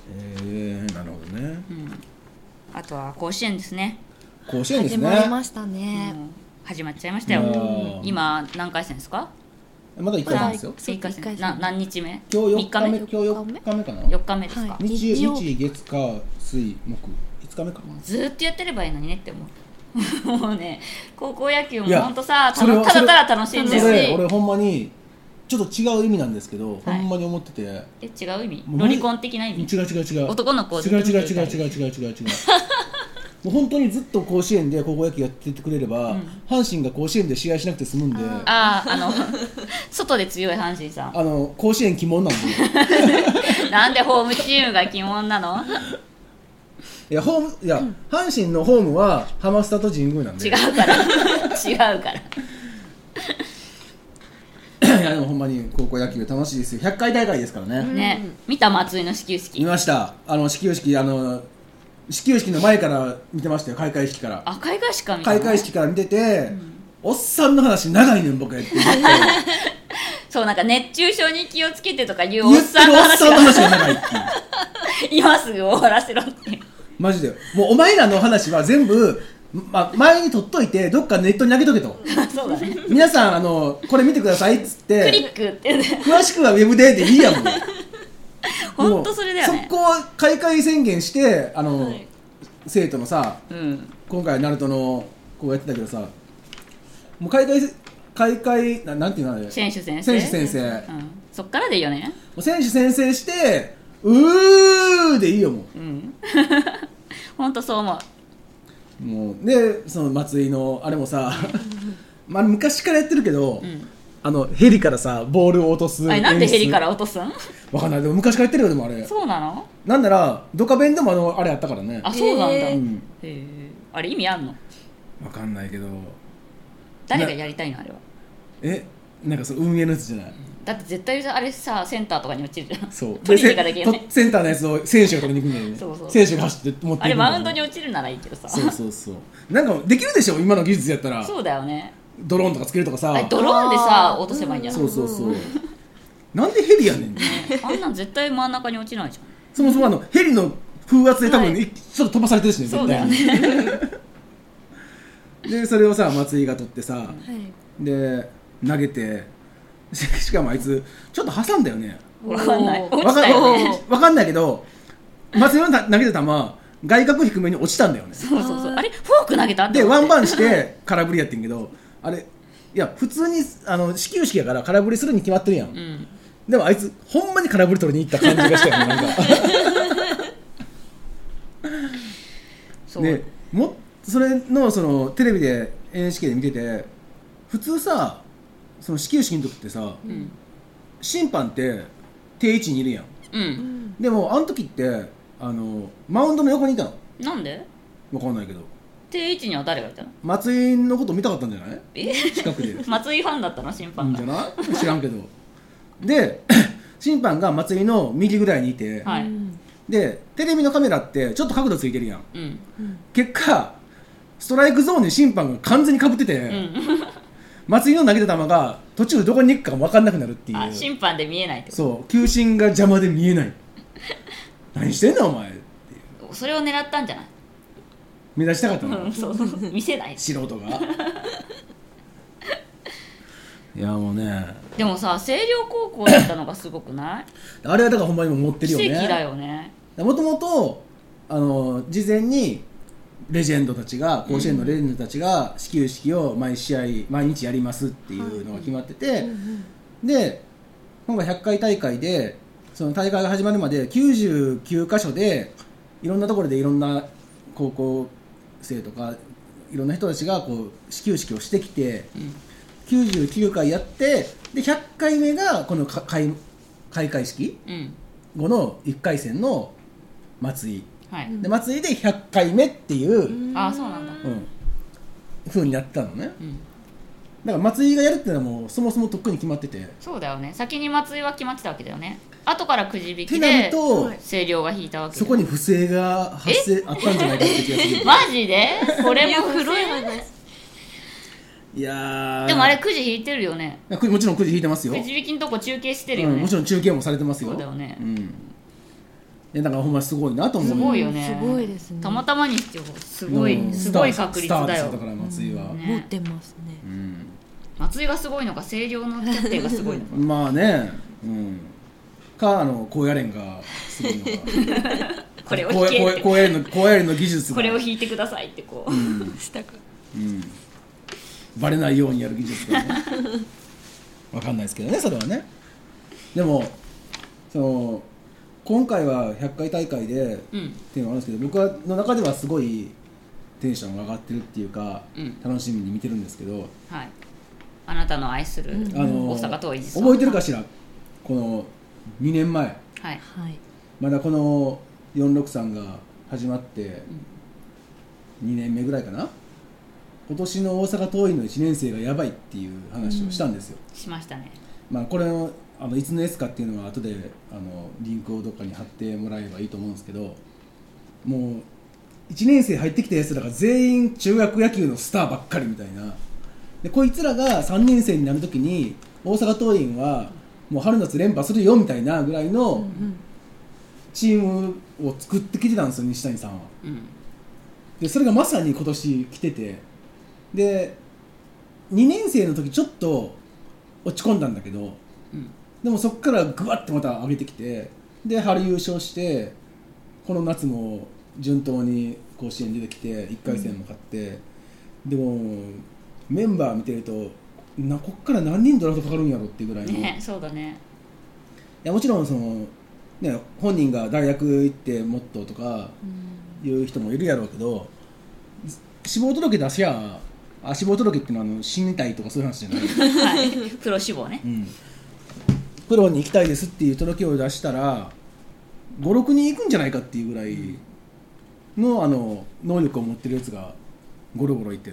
Speaker 2: えー、なるほどね
Speaker 1: あとは甲子園ですね
Speaker 2: 甲子園です
Speaker 3: 始
Speaker 2: ね
Speaker 3: まりましたね、
Speaker 1: もう始まっちゃいましたよ、
Speaker 2: うん
Speaker 1: 今何回戦ですか
Speaker 2: まだ1回戦ですよ
Speaker 3: そう
Speaker 1: 一回戦
Speaker 3: 一回戦
Speaker 1: な何日目
Speaker 2: 今日4
Speaker 1: 三
Speaker 2: 日目
Speaker 1: 目
Speaker 2: 今
Speaker 1: 4
Speaker 2: 日4日目かな
Speaker 1: 日目ですか、
Speaker 3: はい
Speaker 2: 日
Speaker 3: 日曜
Speaker 2: 日月火水木5日目か
Speaker 1: もうずーっとやってればいいのにねって思う もうね高校野球も
Speaker 2: いや
Speaker 1: ほんとさた
Speaker 2: それは
Speaker 1: だただただ楽
Speaker 2: そ
Speaker 1: しんでる
Speaker 2: れ俺
Speaker 1: し
Speaker 2: ほんまにちょっと違う意味なんですけど、ほんまに思ってて違う
Speaker 1: え違う意味
Speaker 2: もう
Speaker 1: ロリコン的な意味
Speaker 2: 違う違う違う
Speaker 1: 男の子
Speaker 2: 違う違う違う違う違う違う違う もう本当にずっと甲子園で高校野球やっててくれれば、阪神が甲子園で試合しなくて済むんであ
Speaker 1: あああの 外で強い阪神 さん
Speaker 2: の甲子園鬼門なん で
Speaker 1: なんでホームチームが鬼門なの
Speaker 2: いやホームいや、阪神のホームはハマスタと神宮なんで
Speaker 1: 違うから違うから
Speaker 2: いやでもほんまに高校野球楽しいですよ100回大会ですからね、
Speaker 1: ね見た松井の始球式
Speaker 2: 見ましたあの始球式あの始球式の前から見てましたよ開会式から
Speaker 1: あ開会式かみたい
Speaker 2: 開
Speaker 1: な
Speaker 2: 会式から見てて、おっさんの話長いねん僕やって言って
Speaker 1: そうなんか熱中症に気をつけてとか いうおっ
Speaker 2: 言って
Speaker 1: さん
Speaker 2: る
Speaker 1: の
Speaker 2: おっ
Speaker 1: 話
Speaker 2: さ
Speaker 1: が
Speaker 2: んの話が長いっていう
Speaker 1: 今すぐ終わらせろって いう
Speaker 2: マジでもうお前らの話は全部、ま、前に取っといてどっかネットに投げとけと
Speaker 1: そうだね
Speaker 2: 皆さんあのこれ見てくださいっつっ
Speaker 1: クリ
Speaker 2: て
Speaker 1: ックってね
Speaker 2: 詳しくはウェブででいいやもん
Speaker 1: ほんとそれだよね
Speaker 2: もう速攻開会宣言してあの、
Speaker 3: はい
Speaker 2: 生徒のさ
Speaker 1: うん
Speaker 2: 今回ナルトのこうやってたけどさもう開会せ開会ななんていうのあれ選
Speaker 1: 選手先生
Speaker 2: 手先生も
Speaker 1: うん、そっからでいいよね
Speaker 2: う選手先生してうーでいいよも
Speaker 1: うん本当そう思う
Speaker 2: うもうでその松井のあれもさまあ昔からやってるけど、
Speaker 1: ん
Speaker 2: あのヘリからさボールを落とす
Speaker 1: あれなんでヘリからら落とすん
Speaker 2: わかんないでも昔からやってるよでもあれ
Speaker 1: そうなの
Speaker 2: なんならドカベンでもあのあれやったからね
Speaker 1: あそうなんだ、
Speaker 3: へ
Speaker 1: へ
Speaker 2: う
Speaker 3: ー
Speaker 2: ん
Speaker 1: えあれ意味あんの
Speaker 2: わかんないけど
Speaker 1: 誰がやりたいのあれは
Speaker 2: えなんかそう運営のやつじゃない
Speaker 1: だって絶対あれさセンターとかに落ちるじゃん
Speaker 2: そう
Speaker 1: 取りに行
Speaker 2: セ
Speaker 1: かなきゃいけない
Speaker 2: センターのやつを選手が取りに行くんだよね
Speaker 1: そうそう
Speaker 2: 選手が走って持っていくんだ
Speaker 1: あれ
Speaker 2: よね
Speaker 1: マウンドに落ちるならいいけどさ
Speaker 2: そうそうそうなんかできるでしょ今の技術やったら
Speaker 1: そうだよね
Speaker 2: ドローンとかつけるとかさ
Speaker 1: あれドローンでさ
Speaker 3: あー
Speaker 1: 落とせばいいんじゃない
Speaker 2: そうそうそうなんでヘリやねんって
Speaker 1: あんなん絶対真ん中に落ちないじ
Speaker 2: そもそもあのヘリの風圧で多分、
Speaker 3: はい
Speaker 2: いちょっと飛ばされてるしね
Speaker 1: そう
Speaker 2: 絶
Speaker 1: だよ
Speaker 2: 対
Speaker 1: ね
Speaker 2: に、 でそれをさ松井が取ってさ
Speaker 3: はい
Speaker 2: で投げてししかもあいつちょっと挟んだよね
Speaker 1: ゃんわかんない
Speaker 3: おー
Speaker 1: 落ちたよね
Speaker 2: わかわかんないけど松井の投げた球外角低めに落ちたんだよね
Speaker 1: そうそうそうあれフォーク投げたって
Speaker 2: で
Speaker 1: 思っ
Speaker 2: ワ
Speaker 1: て
Speaker 2: ンバンして空振りやってんけどあれいや普通にあの始球式やから空振りするに決まってるやん、
Speaker 1: うん
Speaker 2: でもあいつほんまに空振り取りに行った感じがしたよねなんか
Speaker 1: そう、
Speaker 2: でもそれのそのテレビで NHK で見てて普通さその始球式の時ってさ
Speaker 1: うん
Speaker 2: 審判って定位置にいるやん
Speaker 1: う
Speaker 3: うんん
Speaker 2: でもあの時ってあのマウンドの横にいたの
Speaker 1: なんで
Speaker 2: わかんないけど
Speaker 1: 定位置には誰がいたの
Speaker 2: 松井のこと見たかったんじゃない
Speaker 1: え
Speaker 2: 近くで
Speaker 1: 松井ファンだったの審判
Speaker 2: ん
Speaker 1: が
Speaker 2: じゃない知らんけどで 審判が松井の右ぐらいにいて、
Speaker 1: はい
Speaker 3: うん
Speaker 2: でテレビのカメラってちょっと角度ついてるやん
Speaker 1: うん
Speaker 3: うん
Speaker 2: 結果ストライクゾーンに審判が完全にかぶってて、
Speaker 1: うん
Speaker 2: 松井の投げた球が途中どこに行くか分かんなくなるってい
Speaker 1: あ
Speaker 2: う
Speaker 1: 審判で見えないってこ
Speaker 2: そう球審が邪魔で見えない何してんだお前
Speaker 1: とそれを狙ったんじゃない
Speaker 2: 目指したかったの、
Speaker 1: うんそうそう 見せない
Speaker 2: 素 人がいやもうね
Speaker 1: でもさ星稜高校だったのがすごくない
Speaker 2: あれはだからほんまにもう持ってる
Speaker 1: 奇
Speaker 2: よね
Speaker 1: 跡だよね
Speaker 2: もともとあの事前にレジェンドたちが甲子園のレジェンドたちが始球式を毎試合毎日やりますっていうのが決まってて、
Speaker 3: うん
Speaker 2: で今回100回大会でその大会が始まるまで99箇所でいろんなところでいろんな高校生とかいろんな人たちがこう始球式をしてきて
Speaker 1: うん
Speaker 2: 99回やってで100回目がこのか開開会式
Speaker 1: うん
Speaker 2: 後の1回戦の松井
Speaker 1: はい、
Speaker 3: うん
Speaker 2: で松井で100回目っていう、うん
Speaker 3: うん
Speaker 1: あそうなんだ
Speaker 2: 風になってたのね
Speaker 1: うん、
Speaker 2: だから松井がやるっていうのはもうそもそもとっくに決まってて。
Speaker 1: そうだよね先に松井は決まってたわけだよね後からくじ引
Speaker 2: って
Speaker 1: き
Speaker 2: なる
Speaker 1: で
Speaker 2: と、
Speaker 3: はい
Speaker 1: 星稜が引いたわけだ
Speaker 2: そこに不正が発生あったんじゃないかって気がする
Speaker 1: マジ でこれも古い
Speaker 3: いや不正話
Speaker 2: いやー
Speaker 1: でもあれくじ引いてるよね
Speaker 2: くもちろんくじ引いてますよ
Speaker 1: くじ引きのとこ中継してるよ
Speaker 2: うん
Speaker 1: ね
Speaker 2: もちろん中継もされてますよ
Speaker 1: そうだよね
Speaker 2: うん、いやだからほんますごいなと思う
Speaker 1: すごいよね
Speaker 3: すごいですね
Speaker 1: たまたまにしてもす
Speaker 2: うん
Speaker 1: ごい、
Speaker 2: うん
Speaker 1: すごい確率
Speaker 2: スタ
Speaker 1: だ
Speaker 2: ーです
Speaker 1: よ
Speaker 2: だから松井は、
Speaker 1: ね
Speaker 3: 持ってますね
Speaker 2: うん
Speaker 1: 松井がすごいのか星稜のキャプテンがすごいのか
Speaker 2: まあね、うん、かあの高野連がすごいのか
Speaker 1: これを
Speaker 2: 高
Speaker 1: 引けっ
Speaker 2: 野
Speaker 1: て
Speaker 2: 高野連の高野連の技術が
Speaker 1: これを引いてくださいってこう、
Speaker 2: うん
Speaker 3: したか
Speaker 2: うん、バレないようにやる技術がね わかんないですけどねそれはねでもその今回は100回大会でっ
Speaker 1: うん
Speaker 2: ていうのがあるんですけど僕はの中ではすごいテンションが上がってるっていうか、
Speaker 1: うん
Speaker 2: 楽しみに見てるんですけど、
Speaker 1: はいあなたの愛する
Speaker 3: うん
Speaker 2: あの
Speaker 1: 大阪桐蔭
Speaker 2: 覚えてるか
Speaker 1: し
Speaker 2: しらこの2年前
Speaker 1: はい
Speaker 3: はい
Speaker 2: まだこの463が始まって2年目ぐらいかな今年の大阪桐蔭の1年生がやばいっていう話をしたんですよ、
Speaker 1: しましたね
Speaker 2: まあ、これのあのいつのやつかっていうのは後であのリンクをどっかに貼ってもらえばいいと思うんですけどもう1年生入ってきたやつらが全員中学野球のスターばっかりみたいなでこいつらが3年生になるときに大阪桐蔭はもう春夏連覇するよみたいなぐらいのチームを作ってきてたんですよ西谷さんは。
Speaker 1: うん
Speaker 2: でそれがまさに今年来ててで2年生の時ちょっと落ち込んだんだけど
Speaker 1: うん
Speaker 2: でもそこからぐわっとまた上げてきてで春優勝してこの夏も順当に甲子園出てきて1回戦も勝って、でもメンバー見てるとなこっから何人ドラフトかかるんやろっていうぐらいの、
Speaker 1: ねそうだね
Speaker 2: いやもちろんその、ね、本人が大学行ってもっととかいう人もいるやろうけど死亡届出しゃあ死亡届っていうのはあの死にたいとかそういう話じゃ ない
Speaker 1: はいプロ志望ね
Speaker 2: うんプロに行きたいですっていう届を出したら56人行くんじゃないかっていうぐらいのあの能力を持ってるやつがゴロゴロいて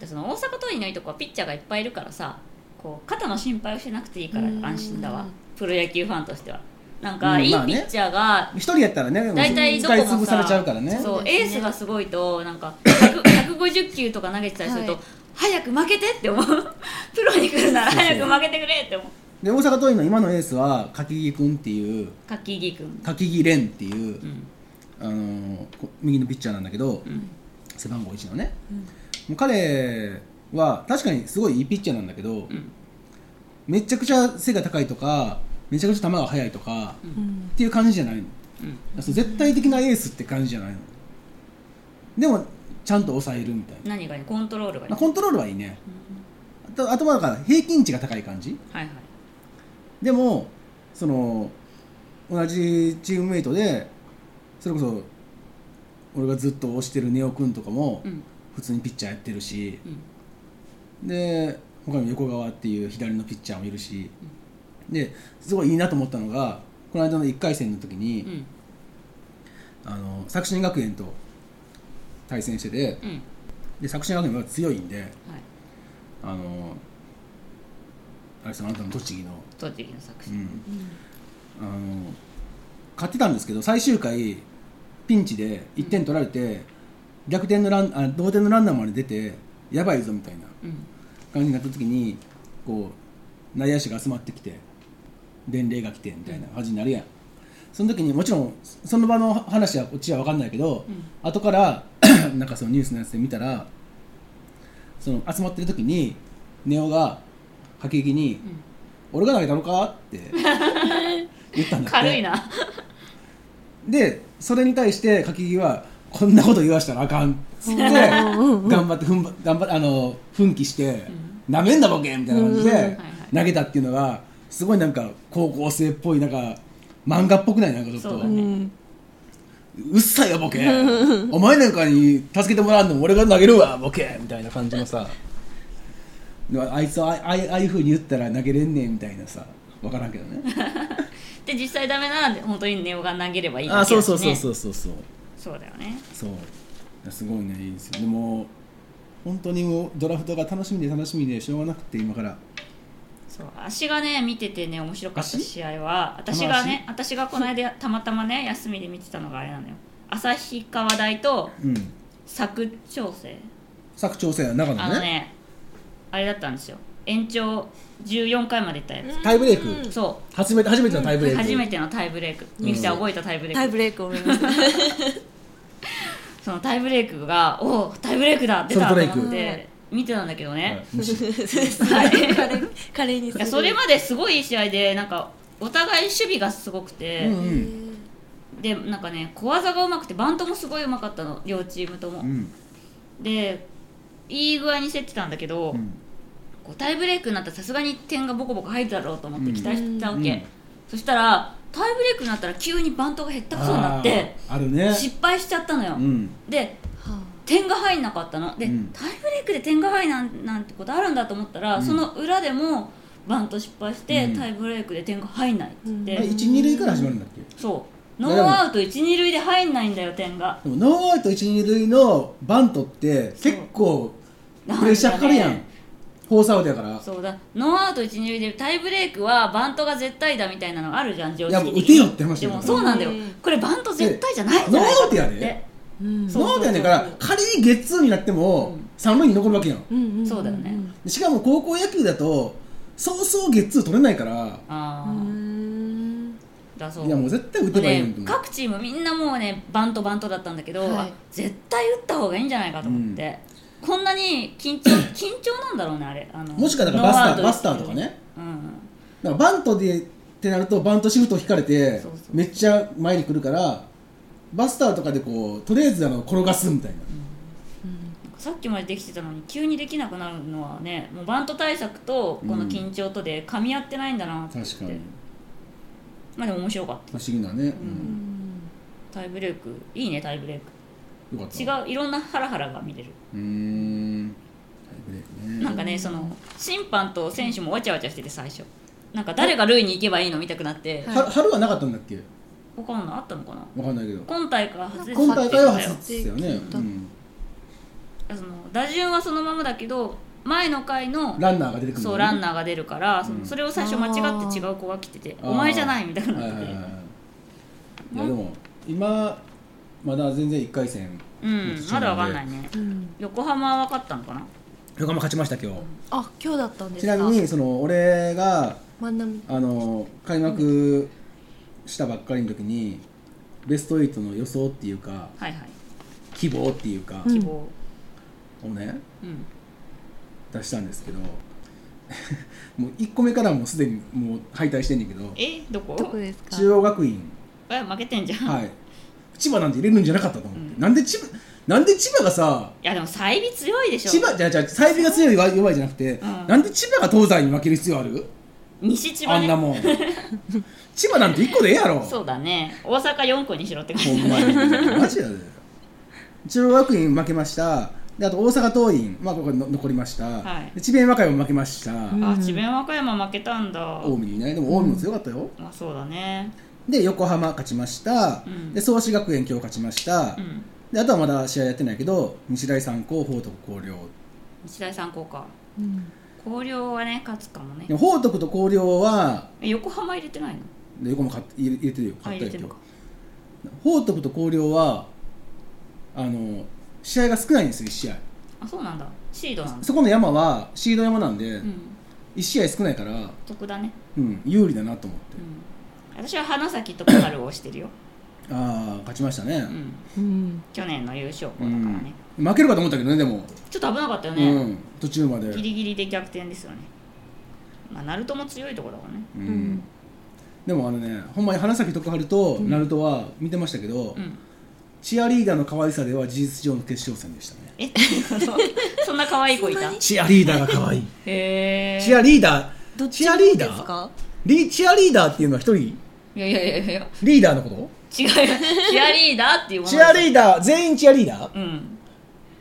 Speaker 1: でその大阪桐蔭のいいとこはピッチャーがいっぱいいるからさこう肩の心配をしなくていいから
Speaker 3: うん
Speaker 1: 安心だわプロ野球ファンとしてはなん
Speaker 2: う
Speaker 1: か
Speaker 2: ん
Speaker 1: いいピ
Speaker 2: まあね
Speaker 1: ッチャーが
Speaker 2: 一人やったらね
Speaker 1: 大体どこも
Speaker 2: 使い潰さ
Speaker 1: さ
Speaker 2: れちゃうからね
Speaker 1: そう
Speaker 3: ですね
Speaker 1: エースがすごいとなん か100 150球とか投げてたりすると、
Speaker 3: はい
Speaker 1: 早く負けてって思うプロに来るなら
Speaker 2: そうそう
Speaker 1: 早く負けてくれって思う
Speaker 2: で大阪桐蔭の今のエースは柿木君っていう
Speaker 1: 柿木君
Speaker 2: 柿木蓮っていう
Speaker 1: う、ん
Speaker 2: あのーこ右のピッチャーなんだけど
Speaker 1: うん
Speaker 2: 背番号1のね
Speaker 3: うん
Speaker 2: もう彼は確かにすごいいいピッチャーなんだけど、
Speaker 1: うん
Speaker 2: めちゃくちゃ背が高いとかめちゃくちゃ球が速いとか、
Speaker 1: う
Speaker 2: っ
Speaker 3: うん
Speaker 2: ていう感じじゃないの
Speaker 1: うん
Speaker 2: そう絶対的なエースって感じじゃないのでもちゃんと抑えるみたいな、
Speaker 1: 何がいいコントロールがいい、
Speaker 2: まあ、コントロールはいいね
Speaker 1: うん
Speaker 2: あとあとはだから平均値が高い感じ
Speaker 1: はいはい
Speaker 2: でもその同じチームメイトでそれこそ俺がずっと推してるネオくんとかも
Speaker 1: うん
Speaker 2: 普通にピッチャーやってるし
Speaker 1: うん
Speaker 2: で他にも横川っていう左のピッチャーもいるしですごいいいなと思ったのがこの間の1回戦の時に、
Speaker 1: うん
Speaker 2: あの作新学園と対戦してて
Speaker 1: うん
Speaker 2: で作新学園が強いんで
Speaker 1: はい
Speaker 2: あのあれさあなたの栃木の、
Speaker 1: 栃木の作
Speaker 2: う
Speaker 1: 詞、
Speaker 2: ん、
Speaker 3: うん
Speaker 2: あの勝ってたんですけど最終回ピンチで1点取られて、逆転のランあ同点のランナーまで出てやばいぞみたいな
Speaker 1: うん
Speaker 2: 感じになった時にこう内野手が集まってきて伝令が来てみたいな感じになるやん、その時にもちろんその場の話はこっちは分かんないけど、後から なんかそのニュースのやつで見たらその集まってる時にネオが柿木に
Speaker 1: ん
Speaker 2: 「俺が投げたのか?」 って言ったんだって
Speaker 1: 軽いな
Speaker 2: でそれに対して柿木は「こんなこと言わしたらあかん」っつって
Speaker 3: うん
Speaker 2: 頑張ってふんば頑張っあの奮起して「な、めんなボケ!」みたいな感じ
Speaker 3: うんはい
Speaker 2: で
Speaker 1: はい
Speaker 2: 投げたっていうのがすごいなんか高校生っぽいなんか漫画っぽくないなんかちょ っ
Speaker 1: そう
Speaker 2: と
Speaker 1: だ
Speaker 3: う
Speaker 1: ね
Speaker 2: 「
Speaker 3: ん
Speaker 2: うっさいよボケお前なんかに助けてもらうのも俺が投げるわボケ!」みたいな感じのさでもあいつはああああいうふうに言ったら投げれんねんみたいなさ分からんけどね
Speaker 1: で実際ダメなら本当にネオが投げればいい
Speaker 2: あ
Speaker 1: だけ
Speaker 2: そ
Speaker 1: だ
Speaker 2: う
Speaker 1: し、
Speaker 2: そ
Speaker 1: ね、
Speaker 2: うそうそうそうそう
Speaker 1: そうだよね
Speaker 2: そうすごいねいいですよでも本当にもうドラフトが楽しみで楽しみでしょうがなくて今から
Speaker 1: そう足がね見ててね面白かった
Speaker 2: 足
Speaker 1: 試合は私がね私がこの 間たまたまね休みで見てたのがあれなのよ旭川大と
Speaker 2: うん
Speaker 1: 佐久長聖
Speaker 2: 佐久長聖は長
Speaker 1: あの
Speaker 2: 野ね
Speaker 1: ねあれだったんですよ延長14回までいったや
Speaker 2: タイブレイク
Speaker 1: つそ
Speaker 2: 初めて初めてのタイブレ
Speaker 1: う
Speaker 2: イク
Speaker 1: 初めてのタイブレーク
Speaker 2: うん
Speaker 1: ミキちゃん覚えたタイブレ
Speaker 3: タ
Speaker 1: ー
Speaker 3: イ
Speaker 1: ク
Speaker 3: ブレイク思います
Speaker 1: そのタイブレークがおおタイブレークだ出たと
Speaker 2: ソ
Speaker 1: 思
Speaker 2: ル
Speaker 1: っ
Speaker 3: トレイ
Speaker 1: て見てたんだけどね、
Speaker 2: はい無視
Speaker 3: 華麗華麗に
Speaker 1: いやそれまですごいいい試合でなんかお互い守備がすごくて、
Speaker 2: うん
Speaker 1: でなんかね小技がうまくてバントもすごいうまかったの両チームとも、
Speaker 2: うん
Speaker 1: でいい具合に競ってたんだけど、
Speaker 2: うん
Speaker 1: こうタイブレークになったらさすがに点がボコボコ入るだろうと思って期待してたわけ、
Speaker 2: うん
Speaker 1: そしたらタイブレークになったら急にバントが減ったくそになって
Speaker 2: あーあるね
Speaker 1: 失敗しちゃったのよ、
Speaker 2: うん
Speaker 1: で点が入んなかったので、
Speaker 2: うん
Speaker 1: タイブレークで点が入らんなんてことあるんだと思ったら、
Speaker 2: うん
Speaker 1: その裏でもバント失敗して、
Speaker 2: うん
Speaker 1: タイブレークで点が入んないっつって、
Speaker 3: うん
Speaker 2: 一二塁から始まるんだっけ
Speaker 1: そうノーアウト一二塁で入んないんだよ点が
Speaker 2: でもノーアウト一二塁のバントって結構プレッシャーかかるや
Speaker 1: なん
Speaker 2: ん
Speaker 1: かね
Speaker 2: フォースアウトやから
Speaker 1: そうだノーアウト一二塁でタイブレークはバントが絶対だみたいなのあるじゃん常識的に
Speaker 2: いやもう打てよって話
Speaker 1: で
Speaker 2: だよ
Speaker 1: もそうなんだよ
Speaker 3: うん
Speaker 1: これバント絶対じゃないんじゃ
Speaker 2: ノ
Speaker 1: ない
Speaker 2: ーア
Speaker 1: か
Speaker 2: ウトや
Speaker 1: っ
Speaker 2: で
Speaker 1: て
Speaker 3: うん
Speaker 1: そう
Speaker 2: ノーアウトやねんから仮にゲッツーになっても
Speaker 1: うん
Speaker 2: 三塁に残るわけやん
Speaker 3: うんうん
Speaker 1: そうだよね
Speaker 2: しかも高校野球だとそうそうゲッツー取れないから
Speaker 1: あ
Speaker 3: う
Speaker 1: あ、
Speaker 3: ん
Speaker 1: だそう
Speaker 2: いやもう絶対打てばいいのに
Speaker 1: ね
Speaker 2: と思う
Speaker 1: 各チームみんなもうねバントバントだったんだけど、
Speaker 3: はい
Speaker 1: あ絶対打った方がいいんじゃないかと思って、こんなに緊張緊張なんだろうねあれあの
Speaker 2: もしかだからバスター
Speaker 1: ノア
Speaker 2: バ
Speaker 1: ウ
Speaker 2: ス
Speaker 1: ト
Speaker 2: ターとかね
Speaker 1: うん
Speaker 2: だからバントでってなるとバントシフト引かれて
Speaker 1: そうそう
Speaker 2: めっちゃ前に来るからバスターとかでこうとりあえずあの転がすみたいな
Speaker 1: さっきまでできてたのに急にできなくなるのはねもうバント対策とこの緊張とで噛み合ってないんだなって思って、
Speaker 2: 確かに
Speaker 1: まあでも面白かった
Speaker 2: 不思議なね
Speaker 1: う
Speaker 2: うん
Speaker 1: タイブレークいいねタイブレーク
Speaker 2: よかった
Speaker 1: 違ういろんなハラハラが見れる、
Speaker 2: うーんタイブレーク
Speaker 1: な
Speaker 2: ね
Speaker 1: んかねその審判と選手もわちゃわちゃしてて最初なんか誰が塁に行けばいいの見たくなって、
Speaker 3: はい
Speaker 2: は春はなかったんだっけ
Speaker 1: 他のあったのかな
Speaker 2: わかんないけど
Speaker 1: 今大会は外れて
Speaker 2: 今
Speaker 1: た
Speaker 2: 大
Speaker 1: って
Speaker 2: 会
Speaker 1: 言
Speaker 2: は
Speaker 1: ってたよ
Speaker 2: 初ですよね
Speaker 3: 初って聞いた
Speaker 2: うん
Speaker 1: その打順はそのままだけど前の回の
Speaker 2: ランナーが出てくる
Speaker 1: そうラン
Speaker 2: ー
Speaker 1: ナーが出るからそ
Speaker 2: うん
Speaker 1: のそれを最初間違って違う子が来てて「お前じゃない」みたいになってて
Speaker 2: いやでも今まだ全然1回戦
Speaker 1: うんまだわかんないね
Speaker 3: うん
Speaker 1: 横浜は分かったのかな
Speaker 2: 横浜勝ちました今日
Speaker 3: あ今日だったんです
Speaker 2: ち
Speaker 3: か
Speaker 2: なみにその俺が
Speaker 3: 万波
Speaker 2: あの開幕したばっかりの時にベスト8の予想っていうか
Speaker 1: はいはい
Speaker 2: 希望っていうか
Speaker 3: うん
Speaker 1: 希望
Speaker 2: をね
Speaker 1: うん
Speaker 2: 出したんですけど もう1個目からもうすでにもう敗退してんねんけど
Speaker 1: えどこ
Speaker 3: どこですか
Speaker 2: 中央学院
Speaker 1: え負けてんじゃん、い、
Speaker 2: はい千葉なんて入れるんじゃなかったと思って、
Speaker 1: うん
Speaker 2: なんで千葉なんで千葉がさ
Speaker 1: やでも済美強いでしょ
Speaker 2: 千葉じゃあじゃあ済美が強い弱い弱いじゃなくて、
Speaker 1: うん
Speaker 2: なんで千葉が東西に負ける必要ある
Speaker 1: 西千葉、
Speaker 2: あ
Speaker 1: ね、
Speaker 2: んなもん 千葉なんて1個でええやろ
Speaker 1: そうだね大阪4個にしろって感
Speaker 2: ほ
Speaker 1: じ
Speaker 2: んまにマジやで中央学院負けましたであと大阪桐蔭、まあ、ここの残りました、
Speaker 1: はい
Speaker 2: で智弁和歌山も負けました、
Speaker 3: ん
Speaker 1: あ智弁和歌山負けたんだ
Speaker 2: 近江にねでも近江も強かったよ、
Speaker 1: まあそうだね
Speaker 2: で横浜勝ちました、
Speaker 1: うん
Speaker 2: で創志学園今日勝ちました、
Speaker 1: うん
Speaker 2: であとはまだ試合やってないけど日大三高報徳広陵
Speaker 1: 日大三高か
Speaker 3: うん
Speaker 1: 広陵はね勝つかもね
Speaker 2: でも報徳と広陵は
Speaker 1: え横浜入れてないの
Speaker 2: で横も勝っ入れ入れてるよ
Speaker 1: あ
Speaker 2: 勝っ
Speaker 1: 入
Speaker 2: た
Speaker 1: れ
Speaker 2: よ
Speaker 1: てる
Speaker 2: 今
Speaker 1: のか
Speaker 2: 日報徳と広陵はあの試合が少ないんですよ1試合
Speaker 1: あそうなんだシードなんだ
Speaker 2: そこの山はシード山なんで、
Speaker 1: うん
Speaker 2: 1試合少ないから、
Speaker 1: 得だね
Speaker 2: うん、有利だなと思って、
Speaker 1: うん私は花咲とカルをしてるよ、
Speaker 2: ああ勝ちましたね
Speaker 1: う、ん、
Speaker 3: うん
Speaker 1: 去年の優勝校
Speaker 2: う
Speaker 1: だから
Speaker 2: ん
Speaker 1: ね、
Speaker 2: 負けるかと思ったけどねでも、
Speaker 1: ちょっと危なかったよ
Speaker 2: う
Speaker 1: ね、
Speaker 2: ん、途中まで、
Speaker 1: ギリギリで逆転ですよねまあナルトも強いところだからね
Speaker 2: うん
Speaker 3: ん
Speaker 2: でもあのねほんまに花咲徳栄と鳴門は見てましたけど、
Speaker 1: うん
Speaker 2: チアリーダーの可愛さでは事実上の決勝戦でしたね
Speaker 1: えそんな可愛い子いたへ
Speaker 2: チアリーダーが可愛い
Speaker 1: え
Speaker 2: チアリーダ
Speaker 3: ど
Speaker 2: ー
Speaker 3: っち
Speaker 2: チアリーダ
Speaker 3: です
Speaker 2: ー
Speaker 3: か
Speaker 2: リチアリーダーっていうのは一人
Speaker 1: いやいやいやいや
Speaker 2: リーダーのこ
Speaker 1: 違うよチアリーダーっていうも
Speaker 2: と
Speaker 1: の
Speaker 2: チアリーダー全員チアリーダー
Speaker 1: うん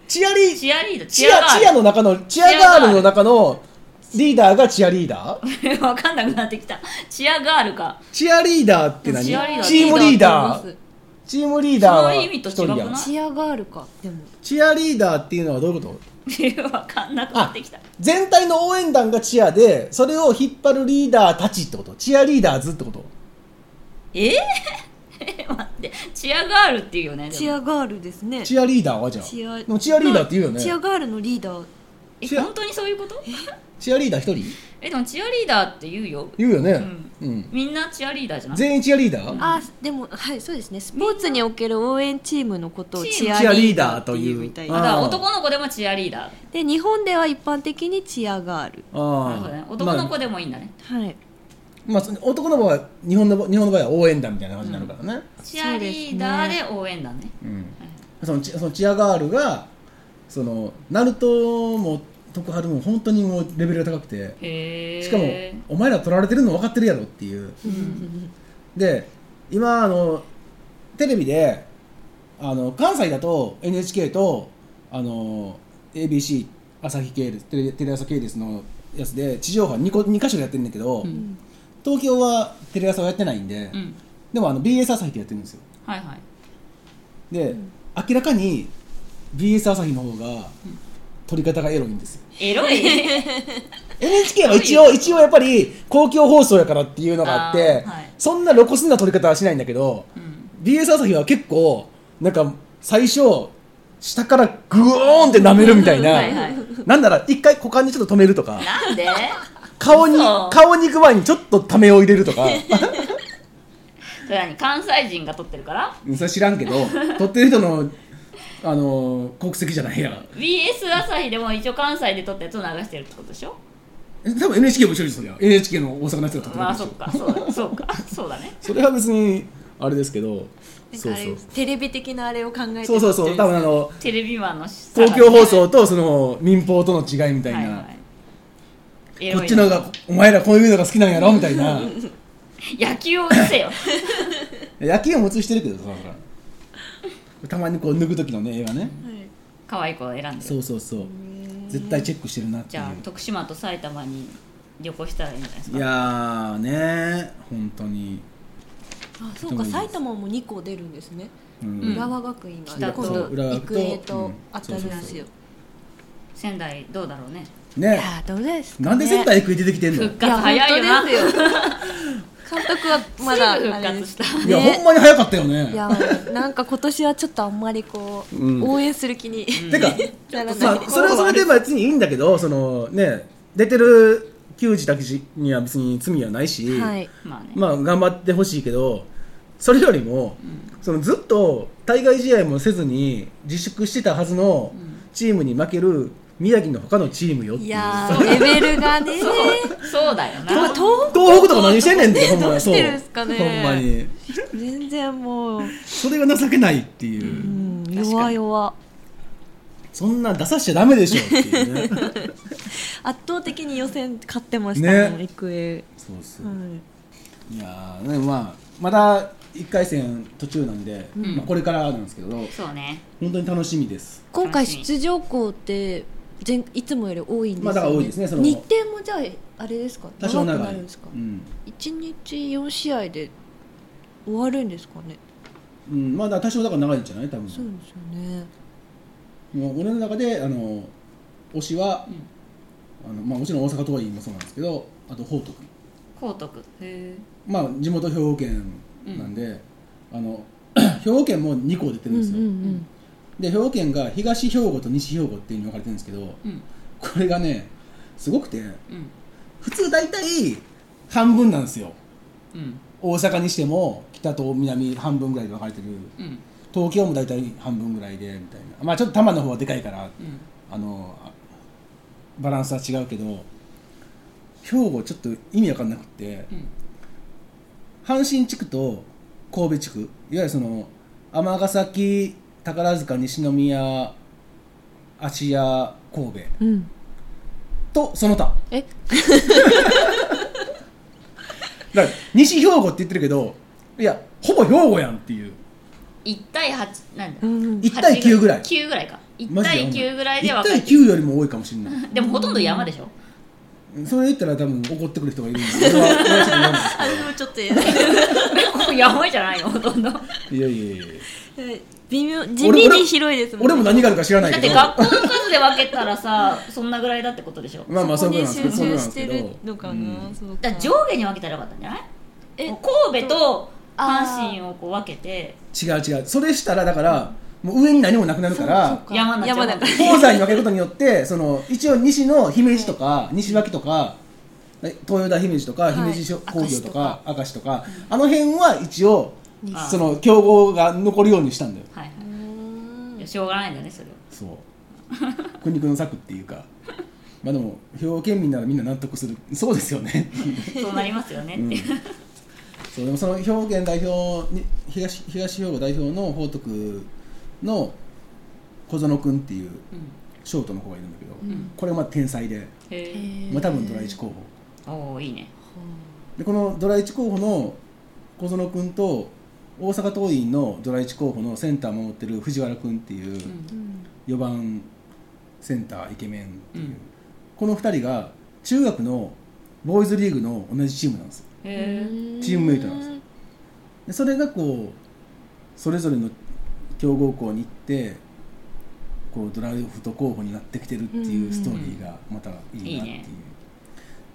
Speaker 2: チアリー
Speaker 1: チアリーダー
Speaker 2: チアチアの中のチアガールの中のリーダーがチアリーダー
Speaker 1: の わかんなくなってきたチアガールか
Speaker 2: チアリーダーって何
Speaker 1: チアリーダー
Speaker 2: チームリーダー
Speaker 3: と
Speaker 1: そ
Speaker 2: チームリーダーは
Speaker 3: 思いま
Speaker 1: の意味
Speaker 2: 一
Speaker 1: と違
Speaker 2: 人
Speaker 1: くない
Speaker 2: やん
Speaker 3: すチアガールかでも
Speaker 2: チアリーダーっていうのはどういうこと
Speaker 1: わかんなくなってきた
Speaker 2: 全体の応援団がチアでそれを引っ張るリーダーたちってことチアリーダーズってこと
Speaker 1: えー、 待ってチアガールっていうよねでも
Speaker 3: チアガールですね
Speaker 2: チアリーダーはじゃ
Speaker 3: チア
Speaker 2: あでもチアリーダーって言うよね
Speaker 3: チアガールのリーダー
Speaker 1: え
Speaker 2: チア
Speaker 1: 本当にそういうこと
Speaker 2: チアリーダー一人
Speaker 1: えでもチアリーダーって言うよ
Speaker 2: 言うよね
Speaker 1: ん
Speaker 2: うん
Speaker 1: みんなチアリーダーじゃない
Speaker 2: 全員チアリーダー
Speaker 3: あでもはいそうですねスポーツにおける応援チームのことを
Speaker 1: チーム
Speaker 3: チアリーダーというみたい
Speaker 1: あだ
Speaker 3: な
Speaker 1: から
Speaker 2: あー
Speaker 1: 男の子でもチアリーダー
Speaker 3: で日本では一般的にチアガール
Speaker 1: なるほどね
Speaker 2: あ
Speaker 1: 男の
Speaker 2: ま
Speaker 1: 子でもいいんだね、
Speaker 3: はい
Speaker 2: あまあその男の子は日本の場日本の場合は応援団みたいな感じになるからね
Speaker 1: チアリーダーで応援団ね
Speaker 2: うんそのチそのチアガールがそのナルトも徳春も本当にもうレベルが高くて
Speaker 1: へえ
Speaker 2: しかもお前ら取られてるの分かってるやろっていうで今あのテレビであの関西だと NHK とあの ABC 朝日系列テレテレ朝系列のやつで地上波 2, 個2箇所でやってるんだけど、
Speaker 1: うん
Speaker 2: 東京はテレ朝はやってないんで、
Speaker 1: うん
Speaker 2: でもあの BS 朝日でやってるんですよ
Speaker 1: はいはい
Speaker 2: で、明らかに BS 朝日の方が取り方がエロいんですよ
Speaker 1: エロい
Speaker 2: NHK は一応一応やっぱり公共放送やからっていうのがあって
Speaker 1: あーはい
Speaker 2: そんな露骨な取り方はしないんだけど
Speaker 1: うん、
Speaker 2: BS 朝日は結構なんか最初下からグオーンって舐めるみたいな
Speaker 1: はいはい
Speaker 2: なんなら一回股間にちょっと止めるとか
Speaker 1: なんで
Speaker 2: 顔に
Speaker 1: 嘘
Speaker 2: 顔に行く前にちょっとためを入れるとか
Speaker 1: それ何関西人が撮ってるから
Speaker 2: うんそれ知らんけど撮ってる人のあの国籍じゃないや
Speaker 1: BS 朝日でも一応関西で撮ったやつを流してるってことでしょ
Speaker 2: え多分 NHK も一緒ですよ NHK の大阪のやつが撮ってる
Speaker 1: まあ
Speaker 2: でし
Speaker 1: そ
Speaker 2: ょ
Speaker 1: っかそうだそうかそうだね
Speaker 2: それは別にあれですけど
Speaker 3: なん
Speaker 2: そ
Speaker 3: か
Speaker 2: う
Speaker 3: あれ
Speaker 2: そう
Speaker 3: テレビ的なあれを考えて
Speaker 2: そうそうそう多分あの
Speaker 1: テレビマンの公
Speaker 2: 公共放送とその民放との違いみたいな、
Speaker 1: いエロい
Speaker 2: こっちの方がお前らこういうのが好きなんやろみたいな
Speaker 1: 野球を打せよ
Speaker 2: 野球も映してるけどさほらたまにこう脱ぐ時のね映画ね
Speaker 3: はい
Speaker 1: 可愛い子を選んで
Speaker 2: そうそうそう絶対チェックしてるなって
Speaker 1: じ
Speaker 2: いう
Speaker 1: ゃあ徳島と埼玉に旅行したらいいんじゃないですか
Speaker 2: いやーね本当に
Speaker 3: あそうか埼玉も2個出るんですね
Speaker 2: うん
Speaker 1: うん
Speaker 3: 浦和学院が
Speaker 1: 北と
Speaker 3: 今度
Speaker 2: 浦和と
Speaker 3: 育英
Speaker 2: う
Speaker 3: と
Speaker 2: ん
Speaker 3: 当たるんですよ
Speaker 1: 仙台どうだろうね
Speaker 3: い
Speaker 2: ね
Speaker 3: やーどうですか、ね、
Speaker 2: なんで仙台育英出てきて んの、
Speaker 1: 復活早いよない
Speaker 3: や本当ですよ監督はまだ
Speaker 1: すぐ復活した
Speaker 3: あれです
Speaker 2: いや
Speaker 3: ね
Speaker 2: ほんまに早かったよね
Speaker 3: いやなんか今年はちょっとあんまりこう、
Speaker 2: うん
Speaker 3: 応援する気に、
Speaker 2: てか
Speaker 3: ならない
Speaker 2: まあ、それはそれで別にいいんだけどそのね出てる球児たちには別に罪はないし、
Speaker 3: はい
Speaker 1: まあね、
Speaker 2: まあ頑張ってほしいけどそれよりも、そのずっと対外試合もせずに自粛してたはずのチームに負ける宮城の他のチームよっていう
Speaker 3: いやーレベルがね
Speaker 1: そうそうだよな
Speaker 3: 東
Speaker 2: 東北とか何してんねんってほんま
Speaker 3: どう
Speaker 2: に
Speaker 3: し
Speaker 2: そう
Speaker 3: てるんですかね
Speaker 2: ほんまに
Speaker 3: 全然もう、
Speaker 2: それが情けないっていう、
Speaker 3: うん、
Speaker 1: かに
Speaker 3: 弱々
Speaker 2: そんなん出さしちゃダメでしょっていうね
Speaker 3: 圧倒的に予選勝ってましたもん、
Speaker 2: ね
Speaker 3: 育英、
Speaker 2: そうそう、
Speaker 3: はい
Speaker 2: いやーねまあまだ1回戦途中なんで、
Speaker 1: ん
Speaker 2: まあ、これからなんですけど
Speaker 1: そうね
Speaker 2: 本当に楽しみです
Speaker 3: 今回出場校って全いつもより多いんですよ、ね
Speaker 2: まあだから多いですねその
Speaker 3: 日程もじゃああれですか
Speaker 2: 多少
Speaker 3: 長く
Speaker 2: 長い
Speaker 3: なるんですか
Speaker 2: うん
Speaker 3: 一日四試合で終わるんですかね
Speaker 2: うん、まあだから多少だから長いんじゃない多
Speaker 3: そう
Speaker 2: 分
Speaker 3: ですよね
Speaker 2: もう俺の中であの推しは
Speaker 1: う、ん
Speaker 2: あのまあ、もちろん大阪桐蔭もそうなんですけどあと報徳
Speaker 1: 高徳へ
Speaker 2: まあ地元兵庫県なんで、あの 兵庫県も2校出て
Speaker 3: う
Speaker 2: るんで
Speaker 3: んうん
Speaker 2: すよ、
Speaker 3: うん
Speaker 2: で兵庫県が東兵庫と西兵庫っていうのに分かれてるんですけど
Speaker 1: えうん
Speaker 2: これがねすごくて
Speaker 1: うん
Speaker 2: 普通大体半分なんですよ
Speaker 1: うん
Speaker 2: 大阪にしても北と南半分ぐらいで分かれてる
Speaker 1: うん
Speaker 2: 東京も大体半分ぐらいでみたいなまあちょっと多摩の方はでかいから
Speaker 1: うん
Speaker 2: あのあバランスは違うけど兵庫ちょっと意味わかんなくって
Speaker 1: うん
Speaker 2: 阪神地区と神戸地区いわゆるその尼崎宝塚西宮芦屋神戸
Speaker 3: うん
Speaker 2: とその他
Speaker 3: え
Speaker 2: だから西兵庫って言ってるけどいやほぼ兵庫やんっていう
Speaker 1: 1対8なんだ
Speaker 3: うん
Speaker 2: 1対9ぐらい
Speaker 1: 9ぐらいか1
Speaker 2: マジで
Speaker 1: 対9ぐらいで
Speaker 2: 1
Speaker 1: 分か
Speaker 2: 対9よりも多いかもしれない
Speaker 1: るでもほとんど山でしょ
Speaker 2: それ言ったら多分怒ってくる人がいるんですけど俺は俺はちょっと嫌なんです
Speaker 3: あでもちょっと
Speaker 1: ここ山じゃないのほとんどだ
Speaker 2: けどいやいやいやいや
Speaker 3: 微妙地味に広いです もん
Speaker 2: 俺も何があるか知らない
Speaker 1: っ
Speaker 2: け
Speaker 1: て
Speaker 2: ど
Speaker 1: 学校の数で分けたらさそんなぐらいだってことでしょ
Speaker 2: まあまあそう
Speaker 3: こ
Speaker 2: いう
Speaker 3: に
Speaker 2: ことなん
Speaker 3: 集
Speaker 2: ですけどそういうことなんですけ
Speaker 3: 中して
Speaker 2: ど
Speaker 3: るのかなそうか
Speaker 1: だから上下に分けたらよかったんじゃない
Speaker 3: え
Speaker 1: 神戸と
Speaker 3: あ
Speaker 1: 阪
Speaker 3: ー
Speaker 1: 神をこう分けて
Speaker 2: 違う違うそれしたらだからもう上に何もなくなるから
Speaker 1: 山になっちゃう
Speaker 3: 山だから
Speaker 2: 東西に分けることによってその一応西の姫路とか西脇とかえ東洋大姫路とか
Speaker 3: い
Speaker 2: 姫路工業とか
Speaker 3: 明石とか
Speaker 2: 明石とかあの辺は一応
Speaker 3: に
Speaker 1: あー
Speaker 2: その競合が残るようにしたんだよ
Speaker 1: はいはい
Speaker 3: うん
Speaker 1: いやしょうがないんだねそれは
Speaker 2: そう苦肉の策っていうかまあでも兵庫県民ならみんな納得するそうですよねっていう
Speaker 1: そうなりますよね
Speaker 2: う
Speaker 1: っ
Speaker 2: ん
Speaker 1: ていう、
Speaker 2: そうでもその兵庫県代表に東東兵庫代表の報徳の小園君ってい
Speaker 1: う
Speaker 2: う
Speaker 1: ん
Speaker 2: ショートの子がいるんだけど、
Speaker 1: ん
Speaker 2: これはまあ天才で、
Speaker 1: へえ
Speaker 2: まあ、多分ドラ1候補
Speaker 1: おおいいね
Speaker 2: でこのドラ1候補の小園君と大阪桐蔭のドラ1候補のセンター守ってる藤原君っていう
Speaker 1: う
Speaker 3: うんん
Speaker 2: 4番センターイケメンっていう、
Speaker 1: うん
Speaker 2: この2人が中学のボーイズリーグの同じチームなんですよ
Speaker 1: へえ
Speaker 2: チームメイトなんですでそれがこうそれぞれの強豪校に行ってこうドラフト候補になってきてるって
Speaker 3: んうん
Speaker 2: いううんストーリーがまたいいなっていう、
Speaker 1: いいね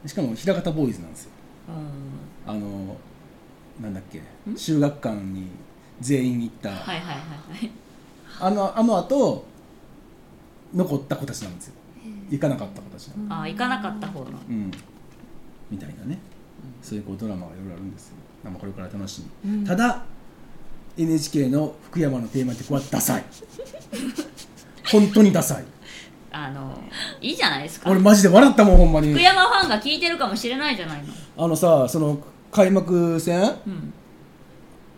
Speaker 2: しかも平方ボーイズなんですよ
Speaker 1: うん
Speaker 2: あのなんだっけ修学館に全員行った、
Speaker 1: はいはいはいはい
Speaker 2: あのあの後残った子たちなんですよ行かなかった子たちなん
Speaker 1: ああ行かなかった方の
Speaker 2: うん、みたいなね、そういうこうドラマがいろいろあるんですよ、まあ、これから楽しみ、
Speaker 3: うん
Speaker 2: ただ NHK の福山のテーマ曲はダサい本当にダサい
Speaker 1: あ のいいじゃないですか
Speaker 2: 俺マジで笑ったもんほんま
Speaker 1: 福
Speaker 2: に
Speaker 1: 山ファンが聞いてるかもしれないじゃないの
Speaker 2: あのさその開幕戦
Speaker 1: うん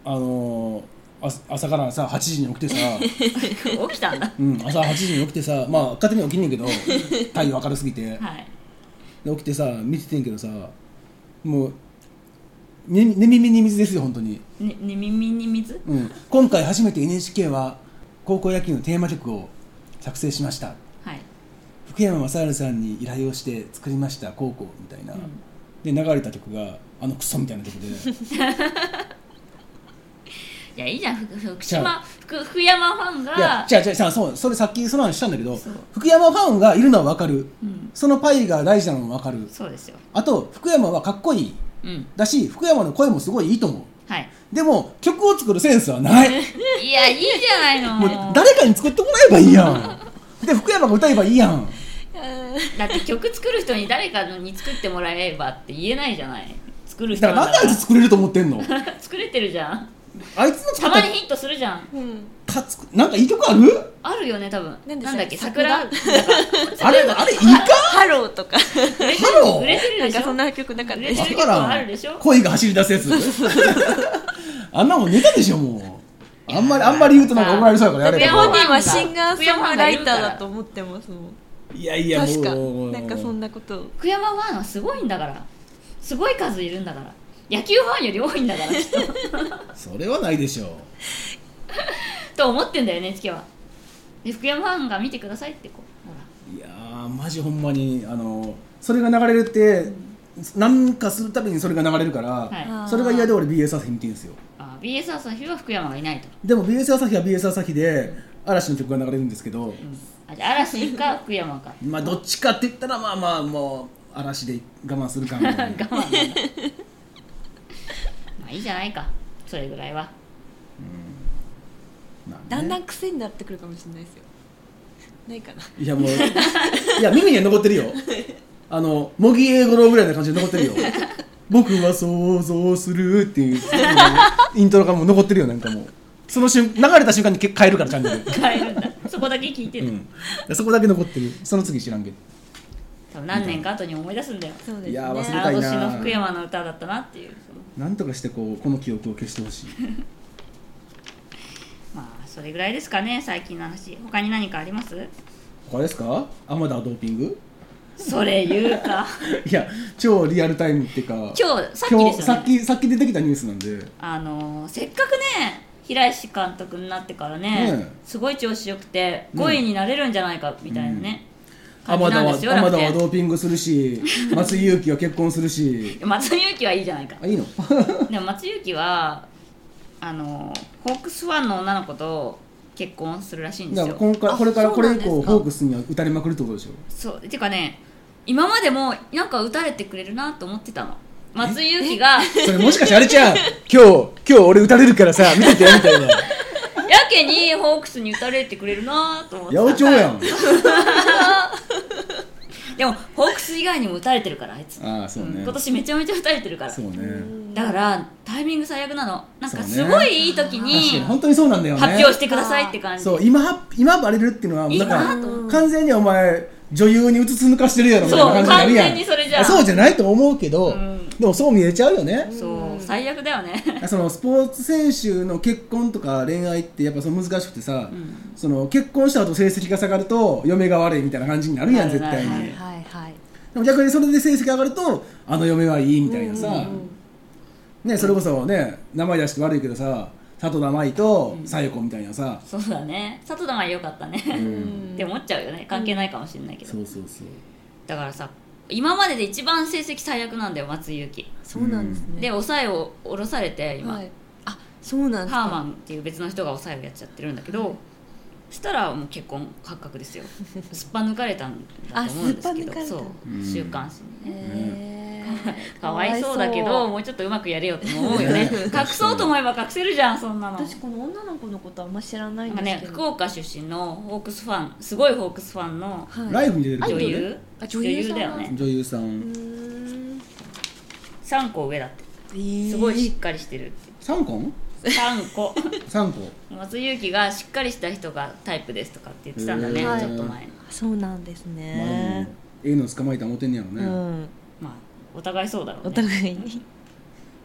Speaker 2: あのーあ朝からさ8時に起きてさ、
Speaker 1: 起きたんだ
Speaker 2: うん、朝8時に起きてさまあ勝手には起きんねんけど太陽明るすぎて、
Speaker 1: はい
Speaker 2: で起きてさ見ててんけどさもう寝寝耳に水ですよ本当に
Speaker 1: ねね耳に水
Speaker 2: うん、今回初めて NHK は高校野球のテーマ曲を作成しました
Speaker 1: はい
Speaker 2: 福山雅治さんに依頼をして作りました高校みたいな、
Speaker 1: ん
Speaker 2: で流れた曲があのクソみたいな曲で
Speaker 1: いやいいじゃん福福
Speaker 2: じゃ
Speaker 1: 島福福山ファン
Speaker 2: いや
Speaker 1: が、
Speaker 2: 違う違うさそうそれさっきその話したんだけど
Speaker 1: そう
Speaker 2: 福山ファンがいるのは分かる
Speaker 1: うん、
Speaker 2: そのパイが大事なのも分かる
Speaker 1: そうですよ
Speaker 2: あと福山はかっこいい
Speaker 1: うん
Speaker 2: だし福山の声もすごいいいと思
Speaker 1: はいう
Speaker 2: でも曲を作るセンスはな い
Speaker 1: いやいいじゃないの
Speaker 2: もう誰かに作ってもらえばいいや んで福山が歌えばいいやん
Speaker 1: だって曲作る人に誰かのに作ってもらえばって言えないじゃない作る人
Speaker 2: だから
Speaker 1: は
Speaker 2: なんであいつ作れると思ってんの
Speaker 1: 作れてるじゃん
Speaker 2: あいつの作
Speaker 1: た
Speaker 2: っ
Speaker 1: まにヒットするじゃん
Speaker 3: うん、
Speaker 2: たた作なんかいい曲ある
Speaker 1: あるよね多分
Speaker 3: なんでしたっけ
Speaker 1: なんだっけ桜
Speaker 3: 桜
Speaker 2: あれあれいいか
Speaker 3: ハローとか
Speaker 2: ハロ
Speaker 1: 売
Speaker 2: ー
Speaker 1: れてる
Speaker 3: な
Speaker 1: で
Speaker 3: ん
Speaker 1: し
Speaker 3: かそ
Speaker 1: ょ
Speaker 3: んな曲なかったで
Speaker 1: 売れ
Speaker 3: してた
Speaker 1: る
Speaker 2: わから
Speaker 1: あるでしょ
Speaker 2: ん恋が走り出すやつあんなもんネタでしょもうあんまりあんまり言うとなんか怒られそうやからやれ
Speaker 1: いや
Speaker 3: 本
Speaker 1: 本
Speaker 3: 人
Speaker 1: 人
Speaker 3: は
Speaker 1: は
Speaker 3: シ
Speaker 1: シ
Speaker 3: ン
Speaker 1: ン
Speaker 3: ガ
Speaker 1: ガー
Speaker 3: ーソ
Speaker 1: ソ
Speaker 3: ン
Speaker 1: ン
Speaker 3: グ
Speaker 1: グ
Speaker 3: ラ
Speaker 1: ラ
Speaker 3: イ
Speaker 1: イ
Speaker 3: タ
Speaker 1: タ
Speaker 3: ー
Speaker 1: ー
Speaker 3: だ
Speaker 1: だ
Speaker 3: と
Speaker 1: と
Speaker 3: 思ってますもん
Speaker 2: いやいや
Speaker 3: 確か
Speaker 2: もう
Speaker 3: なんかそんなこと
Speaker 1: 福山ファンはすごいんだからすごい数いるんだから野球ファンより多いんだからきっと
Speaker 2: それはないでしょう
Speaker 1: と思ってんだよね NHK はで福山ファンが見てくださいってこうほら
Speaker 2: いやーマジほんまにあのそれが流れるってなんかするたびにそれが流れるから、
Speaker 1: はい
Speaker 3: あー
Speaker 2: それが嫌で俺 BS 朝日見てるんですよ
Speaker 1: あ BS 朝日は福山がいないと、
Speaker 2: でも BS 朝日は BS 朝日で嵐の曲が流れるんですけど、
Speaker 1: うん、あじゃあ嵐か福山か
Speaker 2: まあどっちかって言ったらまあまあもう嵐で我慢するかみたい
Speaker 1: 我慢
Speaker 2: な
Speaker 1: なんだまあいいじゃないかそれぐらいは
Speaker 2: まあね
Speaker 3: だんだん癖になってくるかもしれないですよないかない
Speaker 2: やもういや耳には残ってるよあの茂木英五郎ぐらいな感じで残ってるよ僕は想像するっていうイントロがもう残ってるよなんかもうその瞬流れた瞬間にけ変えるからチャンネル
Speaker 1: 変えるんだそこだけ聞いてる、
Speaker 2: うん、そこだけ残ってるその次知らんけど
Speaker 1: 多分何年か後に思い出すんだよ
Speaker 3: そうですね
Speaker 2: いや忘れた
Speaker 1: あの年の福山の歌だったなっていうその
Speaker 2: なんとかしてこうこの記憶を消してほしい
Speaker 1: まあそれぐらいですかね最近の話他に何かあります
Speaker 2: 他ですかアマダドーピング
Speaker 1: それ言うか
Speaker 2: いや超リアルタイムっていうか
Speaker 1: 今日さっきですよね
Speaker 2: さっきさっき出てきたニュースなんで
Speaker 1: あのーせっかくね平石監督になってからね、
Speaker 2: ねえ
Speaker 1: すごい調子よくて5位になれるんじゃないかみたいなね、
Speaker 2: ア
Speaker 1: 感
Speaker 2: マ
Speaker 1: じな
Speaker 2: ダ
Speaker 1: ん
Speaker 2: は
Speaker 1: ですよ
Speaker 2: アマ
Speaker 1: 楽
Speaker 2: ダは
Speaker 1: 天
Speaker 2: ドーピングす るし松井裕樹は結婚するし
Speaker 1: 松井裕樹はいいじゃないか
Speaker 2: あいいの
Speaker 1: でも松井裕樹はあのホークスファンの女の子と結婚するらしいんで
Speaker 2: だ
Speaker 1: す
Speaker 2: から
Speaker 1: よ
Speaker 2: 今回
Speaker 3: あ
Speaker 2: これから
Speaker 3: そ
Speaker 2: こ
Speaker 3: う
Speaker 2: れ
Speaker 3: な
Speaker 2: 以
Speaker 3: んですか
Speaker 2: 降ホークスには打たれまくるってことでしょ
Speaker 1: そうてかね今までもなんか打たれてくれるなと思ってたの松井裕樹が
Speaker 2: それもしかしてあれじ ゃん今日今日俺打たれるからさ見ててみたいな
Speaker 1: やけにホークスに打たれてくれるなと思って
Speaker 2: 八百長やん
Speaker 1: でもホークス以外にも打たれてるからあいつ、
Speaker 2: ああそう
Speaker 1: うん
Speaker 2: ね
Speaker 1: 今年めちゃめちゃ打たれてるから
Speaker 2: そうね
Speaker 1: だからタイミング最悪なのなんか
Speaker 2: そ
Speaker 1: す
Speaker 2: うね
Speaker 1: ごいいい時
Speaker 2: 確か
Speaker 1: に
Speaker 2: に本当にそうなんだよね
Speaker 1: 発表してくださいって感じ、
Speaker 2: そう今は今バレるっていうのは
Speaker 1: 今
Speaker 2: なん
Speaker 1: と思
Speaker 2: か完全にお前女優にうつつ抜かしてるやろみたいな感じになるや
Speaker 1: そ
Speaker 2: ん
Speaker 1: う完全にそれじゃん
Speaker 2: あそうじゃないと思うけど、
Speaker 1: うん
Speaker 2: でもそう見えちゃうよね、
Speaker 1: そう最悪だよね
Speaker 2: そのスポーツ選手の結婚とか恋愛ってやっぱその難しくてさ、
Speaker 1: ん
Speaker 2: その結婚した後成績が下がると嫁が悪いみたいな感じになるやん
Speaker 1: なる
Speaker 2: 絶
Speaker 1: な
Speaker 2: 対に、
Speaker 1: はい
Speaker 3: はいはい
Speaker 2: でも逆にそれで成績上がるとあの嫁はいいみたいなさ、ね、それこそね名前出して悪いけどさ里田舞と小夜子みたいなさ、
Speaker 1: そうだね佐藤田が良かったね、
Speaker 2: うん
Speaker 1: って思っちゃうよね関係ないかもしれないけど、
Speaker 2: そうそうそう
Speaker 1: だからさ今までで一番成績最悪なんだよ松井裕樹
Speaker 3: そうなんですね
Speaker 1: で抑えを下ろされて今、
Speaker 3: はい、あそうなんですか
Speaker 1: ハーマンっていう別の人が抑えをやっちゃってるんだけど、したらもう結婚発覚ですよすっぱ抜かれたんだと思うんですけ
Speaker 3: あ
Speaker 1: ど
Speaker 3: すっ
Speaker 1: そ
Speaker 3: ぱ抜か
Speaker 1: う
Speaker 2: れた
Speaker 1: 週刊誌にね、
Speaker 3: へー
Speaker 1: かわいそうだけ
Speaker 3: かわ
Speaker 1: ど
Speaker 3: い
Speaker 1: もうちょっとうまくやれよって思うよ ね
Speaker 2: ね
Speaker 1: 隠そうと思えば隠せるじゃんそんなの
Speaker 3: そう私この女の子のことあんま知らない
Speaker 1: なんんか
Speaker 3: で
Speaker 1: ね
Speaker 3: すけど
Speaker 1: 福岡出身のホークスファンすごいホークスファンの
Speaker 3: はい、
Speaker 2: ライブに出てる
Speaker 1: 女優、
Speaker 3: あ女優さん
Speaker 1: だよね
Speaker 2: 女優さ
Speaker 3: うんーん
Speaker 1: 3個上だって
Speaker 3: えー
Speaker 1: すごいしっかりしてるって
Speaker 2: 3個
Speaker 1: 3個
Speaker 2: 三個
Speaker 1: 松井裕樹がしっかりした人がタイプですとかって言ってたんだね
Speaker 2: へ
Speaker 1: ちょ
Speaker 3: ー
Speaker 1: っと前の
Speaker 3: そうなんです
Speaker 2: 前
Speaker 3: ね
Speaker 2: にええの捕まえた思てんねやろ
Speaker 3: う
Speaker 2: ね、
Speaker 3: ん
Speaker 1: まあお互いそうだろう
Speaker 3: お
Speaker 1: ね
Speaker 3: 互いに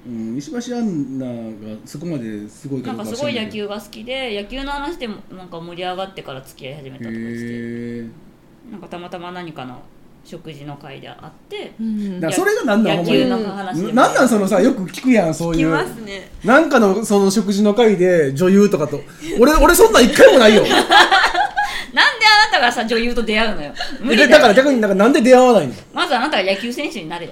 Speaker 2: うん石橋アンナがそこまですごい
Speaker 1: な
Speaker 2: か
Speaker 1: ん
Speaker 2: どう
Speaker 1: か
Speaker 2: か
Speaker 1: す
Speaker 2: は知
Speaker 1: ご
Speaker 2: ら
Speaker 1: い
Speaker 2: ない
Speaker 1: 野
Speaker 2: けど
Speaker 1: 球が好きで野球の話でもなんか盛り上がってから付き合い始めたとかして
Speaker 2: へ
Speaker 1: なんかたまたま何かの食事の会で会って
Speaker 3: うん
Speaker 2: だからそれが何なん
Speaker 1: 野
Speaker 2: ほんまに
Speaker 1: 球の話でも
Speaker 2: えなんなんそのさよく聞くやんそういう
Speaker 3: ね
Speaker 2: なんかのその食事の会で女優とかと俺俺そんなん一回もないよ
Speaker 1: なんであなたがさ女優と出会うのよ無理
Speaker 2: え
Speaker 1: だ
Speaker 2: だ
Speaker 1: よ
Speaker 2: から逆になんかなんで出会わないの
Speaker 1: まずあなたが野球選手になれよ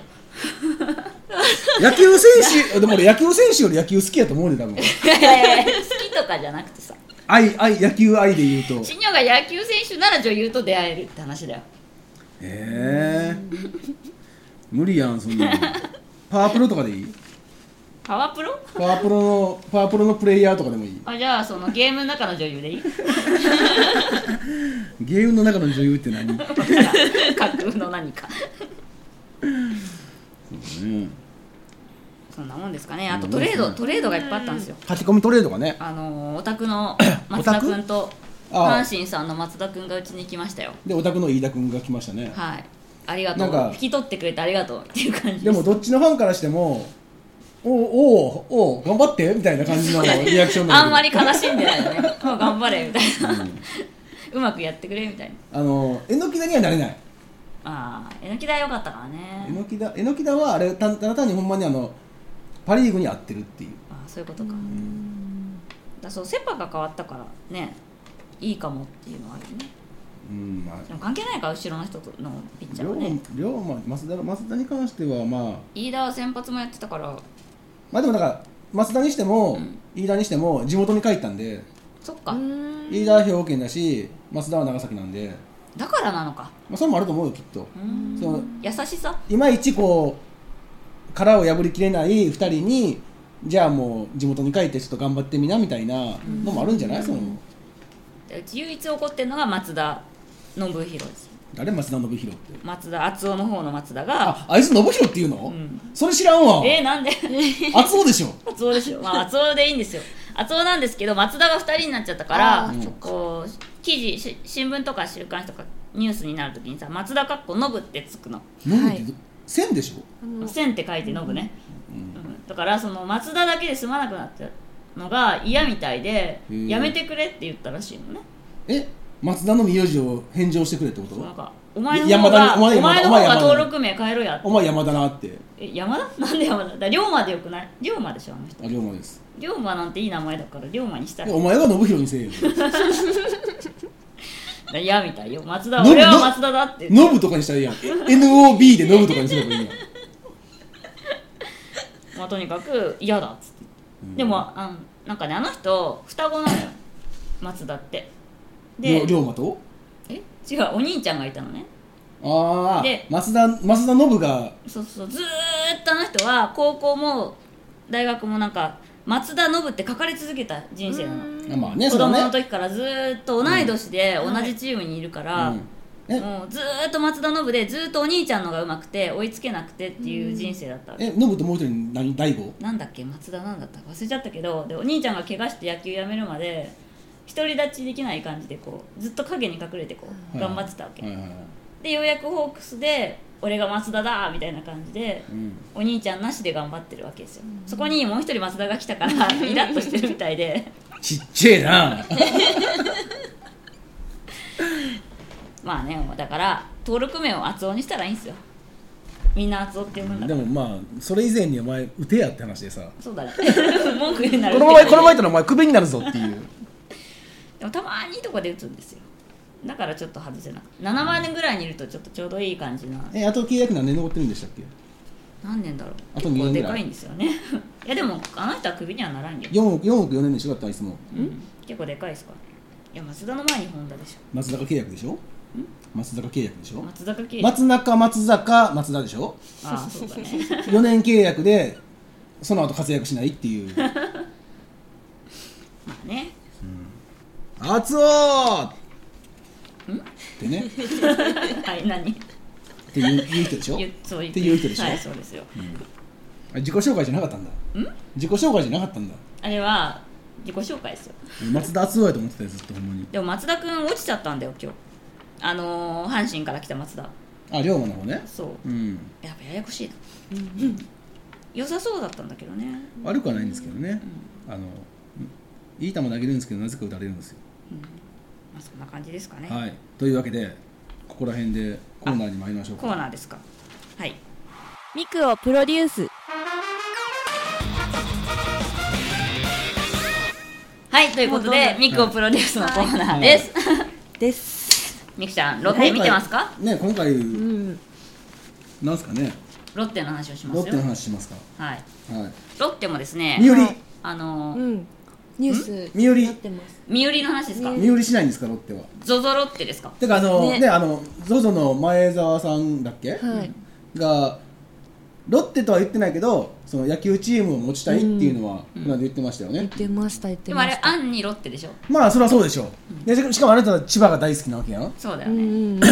Speaker 2: 野球選手でも俺野球選手より野球好きやと思うね多分
Speaker 1: いやいや好きとかじゃなくてさ
Speaker 2: 愛愛野球愛で言うと
Speaker 1: 新庄が野球選手なら女優と出会えるって話だよ
Speaker 2: ええ無理やんそんなのパワープロとかでいい
Speaker 1: パワープロ
Speaker 2: パワープロのパワープロのプレイヤーとかでもいい
Speaker 1: あじゃあそのゲームの中の女優 でいい
Speaker 2: ゲームの中の女優って何
Speaker 1: 架空の何か
Speaker 2: うん
Speaker 1: そんなもんですかねあとトレードトレードがいっぱいあったんですよ
Speaker 2: 書き込みトレードがね
Speaker 1: あのーオタク の松田君と
Speaker 2: ああ
Speaker 1: 阪神さんの松田君がうちに来ましたよ
Speaker 2: でオタクの飯田君が来ましたね
Speaker 1: はいありが
Speaker 2: なん
Speaker 1: と
Speaker 2: か
Speaker 1: う引き取ってくれてありがとうっていう感じ
Speaker 2: でもどっちのファンからしてもおおおお頑張ってみたいな 感じのリアクションだけど
Speaker 1: あんまり悲しんでないよねもう頑張れみたいな、うまくやってくれみたいな
Speaker 2: あのえのきだにはなれない
Speaker 1: ああえのきだよかったから
Speaker 2: え
Speaker 1: ね
Speaker 2: のきだえのきだはあれたただ単にほんまにあのパ・リーグに合ってるっていう
Speaker 1: ああそういうことかだそうセ・パが変わったからねいいかもっていうのはあるよね
Speaker 2: うんまあ
Speaker 1: でも関係ないから後ろの人とのピッチャーがね
Speaker 2: 龍馬増田増田に関してはまあ
Speaker 1: 飯田は先発もやってたから
Speaker 2: まあでもだから増田にしても、飯田にしても地元に帰ったんで
Speaker 1: そっか、
Speaker 2: 飯田は兵庫県だし増田は長崎なんで、
Speaker 1: だからなのか
Speaker 2: まあ、それもあると思うよきっと
Speaker 1: うん
Speaker 2: その
Speaker 1: 優しさ
Speaker 2: いまいちこう殻を破りきれない2人にじゃあもう地元に帰ってちょっと頑張ってみなみたいなのもあるんじゃない、その
Speaker 1: うち唯一怒ってるのが松田信弘です
Speaker 2: 誰松田信弘って
Speaker 1: 松田厚夫の方の松田が
Speaker 2: ああいつ信弘っていうの、
Speaker 1: ん
Speaker 2: それ知らんわ
Speaker 1: えー、なんで
Speaker 2: 熱男でしょ
Speaker 1: 厚夫ですよまあ厚夫でいいんですよ厚夫なんですけど松田が2人になっちゃったから、
Speaker 3: あーそっ
Speaker 1: こう記事し新聞とか週刊誌とかニュースになるときにさ松田かっこノブってつくの
Speaker 2: 信
Speaker 3: は
Speaker 2: っ
Speaker 3: い
Speaker 2: てど千でしょ
Speaker 3: あの
Speaker 1: 線って書いてノブね、うんだからその松田だけで済まなくなっちゃうのが嫌みたいで
Speaker 2: へー
Speaker 1: やめてくれって言ったらしいのね
Speaker 2: え松田の名字を返上してくれってこ
Speaker 1: なん
Speaker 2: と
Speaker 1: かお前の
Speaker 2: いや
Speaker 1: 方がお
Speaker 2: 山
Speaker 1: 前
Speaker 2: 田にお前
Speaker 1: の方
Speaker 2: お前
Speaker 1: が
Speaker 2: 山田
Speaker 1: 登録名変えろや
Speaker 2: お前山田なって
Speaker 1: え山田 なんで山田だから龍馬でよくない龍馬でしょあの人
Speaker 2: あ龍馬です
Speaker 1: 龍馬なんていい名前だから龍馬にした
Speaker 2: で
Speaker 1: ら
Speaker 2: お前が信弘にせえよ
Speaker 1: 嫌みたいよ松田
Speaker 2: ノブ
Speaker 1: 俺は
Speaker 2: ノブ
Speaker 1: 松田だって
Speaker 2: ノブとかにしたらいいやん NOB でノブとかにすればいいやん
Speaker 1: まあ、とにかく嫌だっつって、
Speaker 2: うん
Speaker 1: でもあんなんかねあの人双子なのよ松田って
Speaker 2: りょ
Speaker 1: で
Speaker 2: 龍馬と
Speaker 1: え違うお兄ちゃんがいたのね
Speaker 2: ああ
Speaker 1: で
Speaker 2: 増田増田信が
Speaker 1: そうそうずーっとあの人は高校も大学もなんか松田信って書かれ続けた人生なの
Speaker 2: あまあね
Speaker 1: 子
Speaker 2: そ
Speaker 1: 供
Speaker 2: うだ
Speaker 1: の
Speaker 2: ね
Speaker 1: 時からずーっと同い年で同じチームにいるから、
Speaker 2: うんえ
Speaker 1: もうずーっと松田信でずーっとお兄ちゃんのが上手くて追いつけなくてっていう人生だったわけ
Speaker 2: え信ともう一人何大悟
Speaker 1: なんだっけ松田なんだったか忘れちゃったけどでお兄ちゃんが怪我して野球やめるまで独り立ちできない感じでこうずっと影に隠れてこう
Speaker 2: はい
Speaker 1: 頑張ってたわけ、
Speaker 2: はいはいはい
Speaker 1: でようやくホークスで俺が松田だみたいな感じで
Speaker 2: うん
Speaker 1: お兄ちゃんなしで頑張ってるわけですよそこにもう一人松田が来たから イラッとしてるみたいで
Speaker 2: ちっちゃいな
Speaker 1: まあねだから登録名を厚尾にしたらいいんですよみんな厚尾って呼ぶんだか
Speaker 2: で
Speaker 1: ら
Speaker 2: もまあそれ以前にお前打てやって話でさ
Speaker 1: そうだ ね文句言うなら
Speaker 2: このままこのままいったらお前クビになるぞっていう
Speaker 1: でもたまにいいとこで打つんですよだからちょっと外せな7万年ぐらいにいるとちょっとちょうどいい感じな
Speaker 2: えあと契約何年残ってるんでしたっけ
Speaker 1: 何年だろう
Speaker 2: あ
Speaker 1: 結
Speaker 2: と二
Speaker 1: 構
Speaker 2: 年ぐ
Speaker 1: で
Speaker 2: らい
Speaker 1: かいんですよね いやでもあの人はクビにはならんよ
Speaker 2: 4億4億4年でしょだってあいつも
Speaker 1: うん結構でかいですからねいや松田の前に本田でし
Speaker 2: 松坂契約でしょ松坂契約でし
Speaker 1: ょ
Speaker 2: ょ
Speaker 1: 松坂慶
Speaker 2: 松中松坂松田でしょ
Speaker 1: ああそうだね
Speaker 2: 4年契約でその後活躍しないっていう
Speaker 1: まあね
Speaker 2: 「熱男!」ってねっ
Speaker 1: はい何
Speaker 2: ていう言う人でしょ
Speaker 1: ゆそう言
Speaker 2: っていう人でしょ
Speaker 1: はいそうですよ、
Speaker 2: あ自己紹介じゃなかったんだ自己紹介じゃなかったんだ
Speaker 1: あれは自己紹介ですよ
Speaker 2: 松田敦夫やと思ってたよずっとほんまに
Speaker 1: でも松田君落ちちゃったんだよ今日あのー、阪神から来た松田
Speaker 2: あ龍馬の方ね
Speaker 1: そう
Speaker 2: うん
Speaker 1: やっぱややこしいな、良さそうだったんだけどね
Speaker 2: 悪くはないんですけどねあのいい球投げるんですけどなぜか打たれるんですよ
Speaker 1: まあ、そんな感じですかね、
Speaker 2: はいというわけでここら辺でコーナーに参りましょう
Speaker 1: コ
Speaker 2: か
Speaker 1: ーナーですかはい
Speaker 3: ミクをプロデュース
Speaker 1: はいということ
Speaker 3: もうど
Speaker 1: で
Speaker 3: んど
Speaker 1: ミクをプロデュースのコーナーです、
Speaker 3: です。
Speaker 1: ミクちゃんロッテ見てますか
Speaker 2: ね今回
Speaker 3: うん。
Speaker 2: なんすかね
Speaker 1: ロッテの話をしま
Speaker 2: ロッ
Speaker 1: す
Speaker 2: テ
Speaker 1: よ
Speaker 2: の話しますか
Speaker 1: はい
Speaker 2: は
Speaker 1: ロッテもです
Speaker 2: いみ
Speaker 1: ね
Speaker 2: より
Speaker 3: はい
Speaker 1: あの
Speaker 3: うん、ニュース
Speaker 2: みより
Speaker 3: なってます
Speaker 1: 身売りの話ですか
Speaker 2: みよりしないんですかロッテは
Speaker 1: ゾゾロッテですか
Speaker 2: てかあのね
Speaker 3: ね
Speaker 2: あの ZOZO の前澤さんだっけ、
Speaker 3: はい
Speaker 2: がロッテとは言ってないけどその野球チームを持ちたいっていうのはこの間言ってましたよね、
Speaker 3: 言ってました言って
Speaker 1: でもあ
Speaker 3: ま
Speaker 1: れ
Speaker 3: した
Speaker 1: 暗にロッテでしょ
Speaker 2: まあそれはそうでしょう、でしかしかもあなたは千葉が大好きなわけやん
Speaker 1: そうだ
Speaker 3: う
Speaker 1: よ
Speaker 3: んう
Speaker 1: ね
Speaker 3: んうん
Speaker 2: だ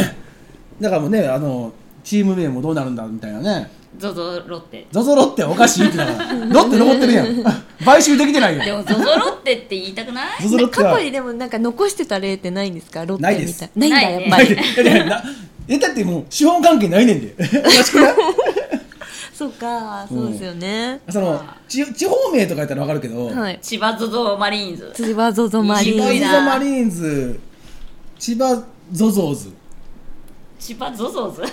Speaker 2: からもうねあのチーム名もどうなるんだみたいなね
Speaker 1: ゾゾロッテ
Speaker 2: ゾゾロッテはおかしいってなロッテ残ってるやん買収できてない
Speaker 1: で
Speaker 2: やん
Speaker 1: もゾゾロッテって言いたくない
Speaker 2: ゾゾロッテ
Speaker 3: 過
Speaker 2: は
Speaker 3: 去にでもなんか残してた例ってないんですかロッ
Speaker 2: ない
Speaker 3: テ
Speaker 2: で
Speaker 3: み
Speaker 2: す
Speaker 3: たいないんだ
Speaker 1: ない
Speaker 3: や
Speaker 1: ね
Speaker 3: っぱ
Speaker 2: ない
Speaker 3: り
Speaker 2: でいやいやなえだってもう資本関係ないねんでおかしくない
Speaker 3: そうかそうですよね、
Speaker 2: そのち地方名とかやったらわかるけど、
Speaker 3: はい
Speaker 1: 千葉ゾゾマリーンズ
Speaker 3: 辻はゾゾマリ
Speaker 2: 千
Speaker 1: い
Speaker 2: 葉
Speaker 1: い
Speaker 2: ゾ
Speaker 1: な
Speaker 3: ー
Speaker 2: ゾマリーンズ千葉ゾゾーズ
Speaker 1: 千葉ゾゾ ズ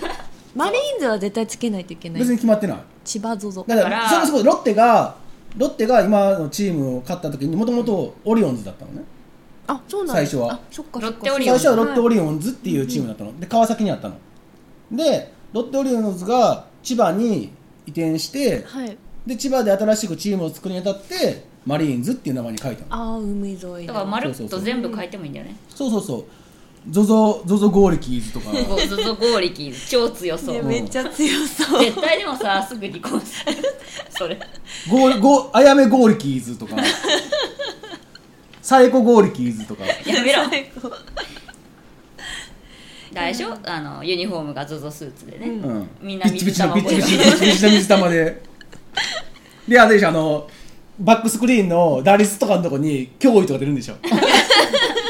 Speaker 3: マリーンズは絶対つけないといけない
Speaker 2: 別に決まってない
Speaker 3: 千葉ゾゾ
Speaker 2: だから
Speaker 1: あら
Speaker 2: そもそもロッテがロッテが今のチームを勝った時にもともとオリオンズだったのね
Speaker 3: あそうなんです
Speaker 2: 最初は
Speaker 3: あそっかそっ
Speaker 1: ロッ
Speaker 3: か
Speaker 1: テオリ
Speaker 2: 最
Speaker 1: オン
Speaker 2: 初
Speaker 1: ズ
Speaker 2: はロッテオ
Speaker 3: リ
Speaker 2: リオンズっていうチームだったので川崎にあったのでロッテオリオンズが千葉に移転して
Speaker 3: はい
Speaker 2: で千葉で新しくチームを作るにあたってマリーンズっていう名前に書いたの
Speaker 3: ああ海沿いの
Speaker 1: だからまるっと全部変えてもいいんだよね
Speaker 2: そうそうそうゾゾゾゾゴーリキーズと か
Speaker 1: こうゾゾゴーリキ超強そ
Speaker 3: ね
Speaker 1: う
Speaker 2: うん
Speaker 3: めっちゃ強そう
Speaker 1: 絶対でもさすぐ離婚す るそれ
Speaker 2: ゴーゴーあやめゴーリキーズとかサエコゴーリキーズとか
Speaker 1: やめろ
Speaker 3: 最高
Speaker 1: 大丈夫あのユニフォームがゾゾスーツでね、
Speaker 2: うん
Speaker 1: みんな
Speaker 2: ピッチピ
Speaker 1: 水
Speaker 2: チの
Speaker 1: 玉
Speaker 2: ピッ
Speaker 1: 覚
Speaker 2: チ
Speaker 1: えて
Speaker 2: ピチピチピチの水玉でであれでしょあのバックスクリーンの打率とかのとこに脅威とか出るんでしょ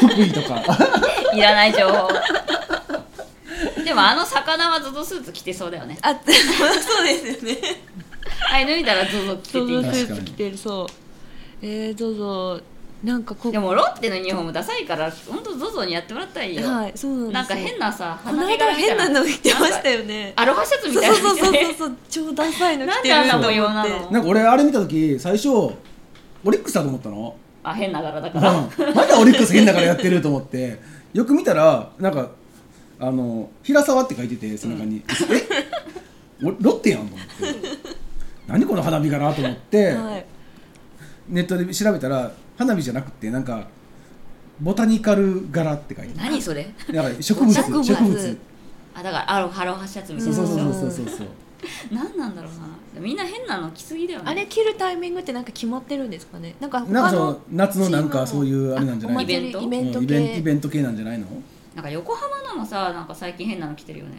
Speaker 2: 福井とか
Speaker 1: いらない情報でもあの魚はゾゾスーツ着てそうだよね
Speaker 3: あそうですよね
Speaker 1: あれ脱いだらゾゾ着て
Speaker 3: ゾ
Speaker 1: ていい
Speaker 3: ゾ
Speaker 1: か
Speaker 3: ス
Speaker 1: ら
Speaker 3: ーツ着てるそうえー、ゾゾなんかこ
Speaker 1: でもロッテのユニフォームダサいから本当ゾゾにやってもらったらいいよ、
Speaker 3: はいそう
Speaker 1: な
Speaker 3: なんんですよ
Speaker 1: か変なさ
Speaker 3: この
Speaker 1: 花びら
Speaker 3: 間
Speaker 1: みたい
Speaker 3: 変な
Speaker 1: な
Speaker 3: の着てましたよね
Speaker 1: アロハシャツみ
Speaker 3: そう
Speaker 1: たいな
Speaker 3: そうそうそう
Speaker 1: ね
Speaker 3: そう超ダサいの着て
Speaker 1: なん
Speaker 3: る
Speaker 1: であん
Speaker 3: と
Speaker 1: な模様
Speaker 3: 思っ
Speaker 1: な
Speaker 3: て
Speaker 1: の
Speaker 2: なんか俺あれ見た時最初オリックスだと思ったの、
Speaker 1: あ変な柄だから、
Speaker 2: うん、まだオリックス変だからやってると思ってよく見たらなんかあの平沢って書いてて背中に、えおロッテやんと思って何この花火かなと思って、
Speaker 3: はい
Speaker 2: ネットで調べたら花火じゃなくてなんかボタニカル柄って書いて
Speaker 1: 何それ
Speaker 2: あ るなんか植物
Speaker 3: 植物
Speaker 2: 植物
Speaker 1: あだからアロハロハシャツみた
Speaker 2: そ
Speaker 1: いうな
Speaker 2: そうそうそうそうそう
Speaker 1: 何なんだろうなみんな変なの着すぎだよね
Speaker 3: あれ着るタイミングってなんか決まってるんですかねなんか他の
Speaker 2: なんかその夏のなんかそういうあれなんじゃな
Speaker 3: あ
Speaker 2: い
Speaker 1: イ
Speaker 2: の
Speaker 3: お
Speaker 1: ベン
Speaker 3: 祭り
Speaker 1: ト
Speaker 3: イベン
Speaker 2: う
Speaker 3: ト
Speaker 2: んイ
Speaker 3: 系、
Speaker 2: ベンイベント系なんじゃないの
Speaker 1: なんか横浜のもさなんか最近変なの着てるよね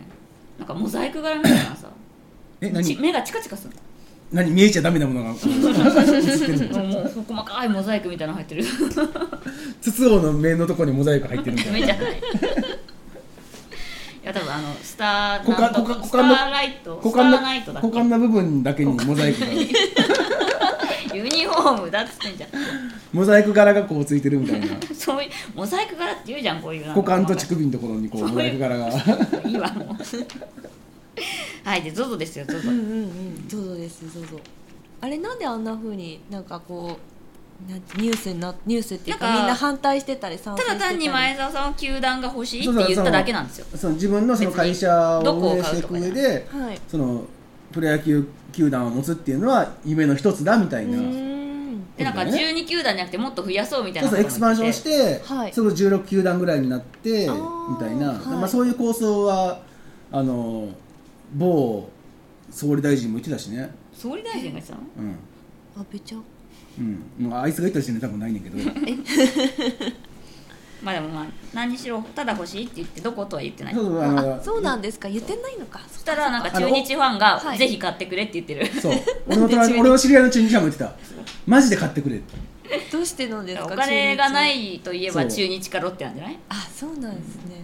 Speaker 1: なんかモザイク柄みたいなさ
Speaker 2: え
Speaker 1: ち
Speaker 2: 何
Speaker 1: 目がチカチカする
Speaker 2: 何見えちゃダメなものが 映ってる
Speaker 1: の
Speaker 2: の
Speaker 1: もう細かいモザイクみたいなの入ってる
Speaker 2: 筒王の目のとこにモザイク入ってるみた
Speaker 1: め
Speaker 2: い
Speaker 1: ち
Speaker 2: な
Speaker 1: ゃないいや多分あのスター
Speaker 2: 股間
Speaker 1: なんとか
Speaker 2: 股
Speaker 1: スタ
Speaker 2: 間の
Speaker 1: ーライト
Speaker 2: 股
Speaker 1: スタ
Speaker 2: 間
Speaker 1: ー
Speaker 2: の
Speaker 1: ナイトだっ
Speaker 2: 股間の部分だけにモザイ クが
Speaker 1: けユニフォームだっつってんじゃん
Speaker 2: モザイク柄がこうついてるみたいな
Speaker 1: そういうモザイク柄って言うじゃんこういうなんか
Speaker 2: 股間と乳首のところにこ
Speaker 1: そ
Speaker 2: う
Speaker 1: ういう
Speaker 2: モザイク柄が
Speaker 1: いいわもう はいで ZOZO ですよ ZOZO
Speaker 3: うんうんうんゾゾですゾゾあれなんであんな風になんかこうなんニュースになニュースっていうか
Speaker 1: なんか
Speaker 3: みんな反対してたり賛成して
Speaker 1: た
Speaker 3: た
Speaker 1: だ
Speaker 3: り
Speaker 1: 単に前澤さんは球団が欲しいって言っただけなんですよ
Speaker 2: その自分のその会社を運営していく上
Speaker 1: 別に
Speaker 2: で
Speaker 3: はい
Speaker 2: そのプロ野球球団を持つっていうのは夢の一つだみたいうな、
Speaker 3: ーん
Speaker 1: でなんか12球団じゃなくてもっと増やそうみたい
Speaker 2: そ
Speaker 1: な
Speaker 2: うそうエクスパンションして、
Speaker 3: はい
Speaker 2: それこそ16球団ぐらいになって
Speaker 3: あ
Speaker 2: み
Speaker 3: ー
Speaker 2: たいな、
Speaker 3: はい
Speaker 2: まあ、そういう構想はあの某総理大臣も言ってたしね、
Speaker 1: 総理大臣が言ってたの
Speaker 2: うん
Speaker 3: あべちゃん
Speaker 2: うんまあ、あいつが言った時点で多分ないねんだけど
Speaker 1: まあでもまあ何にしろただ欲しいって言ってどことは言ってない
Speaker 2: そう
Speaker 1: そ
Speaker 2: そうあの
Speaker 3: あそうなんですか言ってないのかそ
Speaker 1: したらなんか
Speaker 2: あの
Speaker 1: 中日ファンが
Speaker 3: はい
Speaker 1: ぜひ買ってくれって言ってる、
Speaker 2: そう俺の隣俺の知り合いの中日ファンも言ってたマジで買ってくれって
Speaker 3: どうしてなんですか
Speaker 1: お金がな
Speaker 3: 中日
Speaker 1: いといえば
Speaker 2: そう
Speaker 1: 中日かロッテなんじゃない
Speaker 3: あそうなんですね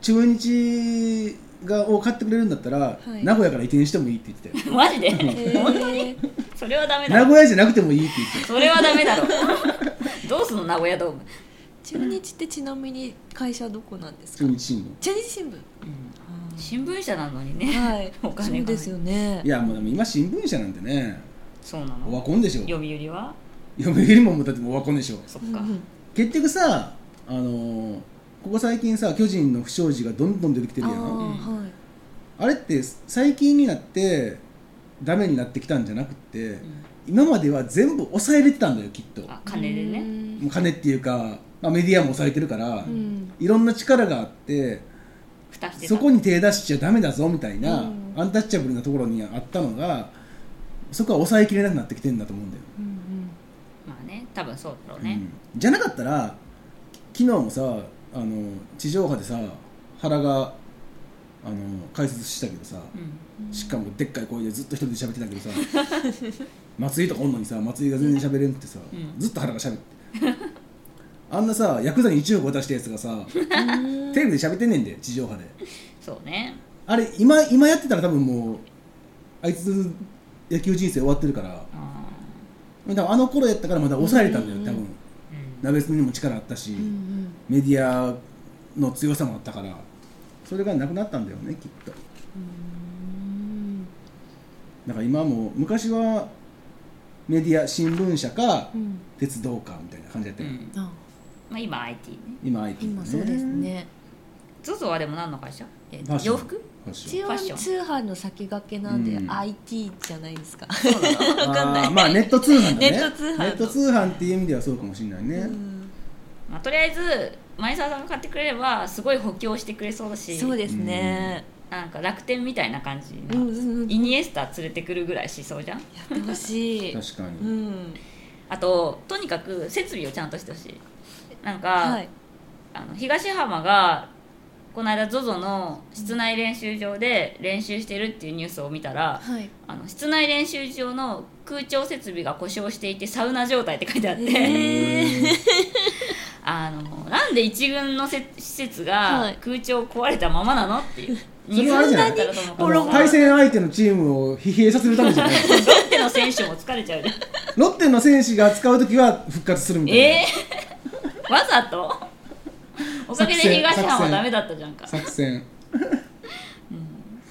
Speaker 2: 中日がを買ってくれるんだったら、
Speaker 3: い
Speaker 2: 名古屋から移転してもいいって言ってたよ
Speaker 1: マジで
Speaker 3: 本当に
Speaker 1: それはダメだ
Speaker 2: 名
Speaker 1: ろ
Speaker 2: 古屋じゃなくてもいいって言ってた
Speaker 1: それはダメだろ どうすんの名古屋ドーム、
Speaker 3: 中日ってちなみに会社どこなんです
Speaker 2: 中
Speaker 3: か
Speaker 2: 日新聞
Speaker 3: 中日新聞
Speaker 1: 新聞社なのにね、
Speaker 3: はい
Speaker 1: お金が
Speaker 3: そうですよね
Speaker 2: いやもうでも今新聞社なんてね
Speaker 1: そうな
Speaker 2: オワ
Speaker 1: の
Speaker 2: コンでし
Speaker 1: 読
Speaker 2: ょ
Speaker 1: 売は
Speaker 2: 嫁よりももうだってもうオワコンでしょ
Speaker 1: そっ
Speaker 3: うんう
Speaker 1: か、
Speaker 3: ん
Speaker 2: 結局さあのーここ最近さ巨人の不祥事がどんどん出てきて
Speaker 3: あ
Speaker 2: るやんあ
Speaker 3: ーは
Speaker 2: れ
Speaker 3: い
Speaker 2: って最近になってダメになってきたんじゃなくて、今までは全部抑えれてたんだよきっと
Speaker 1: あ金でね
Speaker 2: もう金っていうか、まあ、メディアも抑えてるから、
Speaker 3: うん
Speaker 2: いろんな力があって
Speaker 1: 蓋してた
Speaker 2: そこに手出しちゃダメだぞみたいな、
Speaker 3: うん
Speaker 2: アンタッチャブルなところにあったのがそこは抑えきれなくなってきてんだと思うんだよ、
Speaker 3: うん
Speaker 1: まあね多分そうだろうね、
Speaker 2: うんじゃなかったら昨日もさあの地上波でさ原があの解説したけどさ、
Speaker 1: うん
Speaker 2: しかもでっかい声でずっと一人で喋ってたけどさ 松井とかおんのにさ松井が全然喋れんくてさ、
Speaker 1: うん
Speaker 2: ずっと腹が喋ってあんなさヤクザに1億渡したやつがさ
Speaker 3: うん
Speaker 2: テレビで喋ってんねんで地上波で
Speaker 1: そうね
Speaker 2: あれ今今やってたら多分もうあいつ野球人生終わってるから
Speaker 1: あ
Speaker 2: 多分あの頃やったからまだ抑えれたんだよ、
Speaker 3: う
Speaker 2: 多
Speaker 3: ん
Speaker 2: 分
Speaker 1: ーうん
Speaker 2: 鍋すにも力あったし、
Speaker 3: うんうん
Speaker 2: メディアの強さもあったからそれがなくなったんだよねきっと
Speaker 3: うん
Speaker 2: だから今も昔はメディア新聞社か
Speaker 3: うん
Speaker 2: 鉄道かみたいな感じやった
Speaker 1: う
Speaker 2: よ、
Speaker 1: ん
Speaker 3: あ
Speaker 1: まあ今 IT ね
Speaker 2: 今 IT だね
Speaker 3: 今そうですね
Speaker 1: ZOZO はでも何の会社え
Speaker 2: ファッション
Speaker 1: 洋服
Speaker 2: ファッシ
Speaker 3: 一
Speaker 2: ョン
Speaker 1: ファ
Speaker 3: 応
Speaker 1: ッション
Speaker 3: 通販の先駆けなんで
Speaker 2: うん
Speaker 3: IT じゃないですか
Speaker 1: そうだろ
Speaker 3: かんない
Speaker 2: あーまあネット通販だね
Speaker 3: ネット通販
Speaker 2: ネット通販っていう意味ではそうかもしれないね、
Speaker 3: うん
Speaker 1: まあとりあえず前澤さんが買ってくれればすごい補強してくれそうだし
Speaker 3: そうですね
Speaker 1: なんか楽天みたいな感じ
Speaker 3: う
Speaker 1: な、
Speaker 3: んうんうんや
Speaker 1: イニエスタ連れてくるぐらいしそうじゃん
Speaker 3: ってほしい
Speaker 2: 確かに、
Speaker 3: うん
Speaker 1: あととにかく設備をちゃんとしてほしいなんか、
Speaker 3: はい
Speaker 1: あの東浜がこの間 ZOZO の室内練習場で練習してるっていうニュースを見たら
Speaker 3: はい
Speaker 1: あの室内練習場の空調設備が故障していてサウナ状態って書いてあって、
Speaker 3: え
Speaker 1: あのなんで一軍のせ施設
Speaker 3: は
Speaker 1: が
Speaker 3: い
Speaker 1: 空調壊れたままなのっていう
Speaker 2: それはあれじゃない
Speaker 1: 二軍だったらと 思
Speaker 2: あ
Speaker 1: う
Speaker 2: の
Speaker 1: けど
Speaker 2: 対戦相手のチームを疲弊させるためじゃない
Speaker 1: ロッテの選手も疲れちゃうじゃん
Speaker 2: ロッテの選手が使う時は復活するみたいな、
Speaker 1: えー、 わざとおかげで東浜ダメだったじゃんか
Speaker 2: 作戦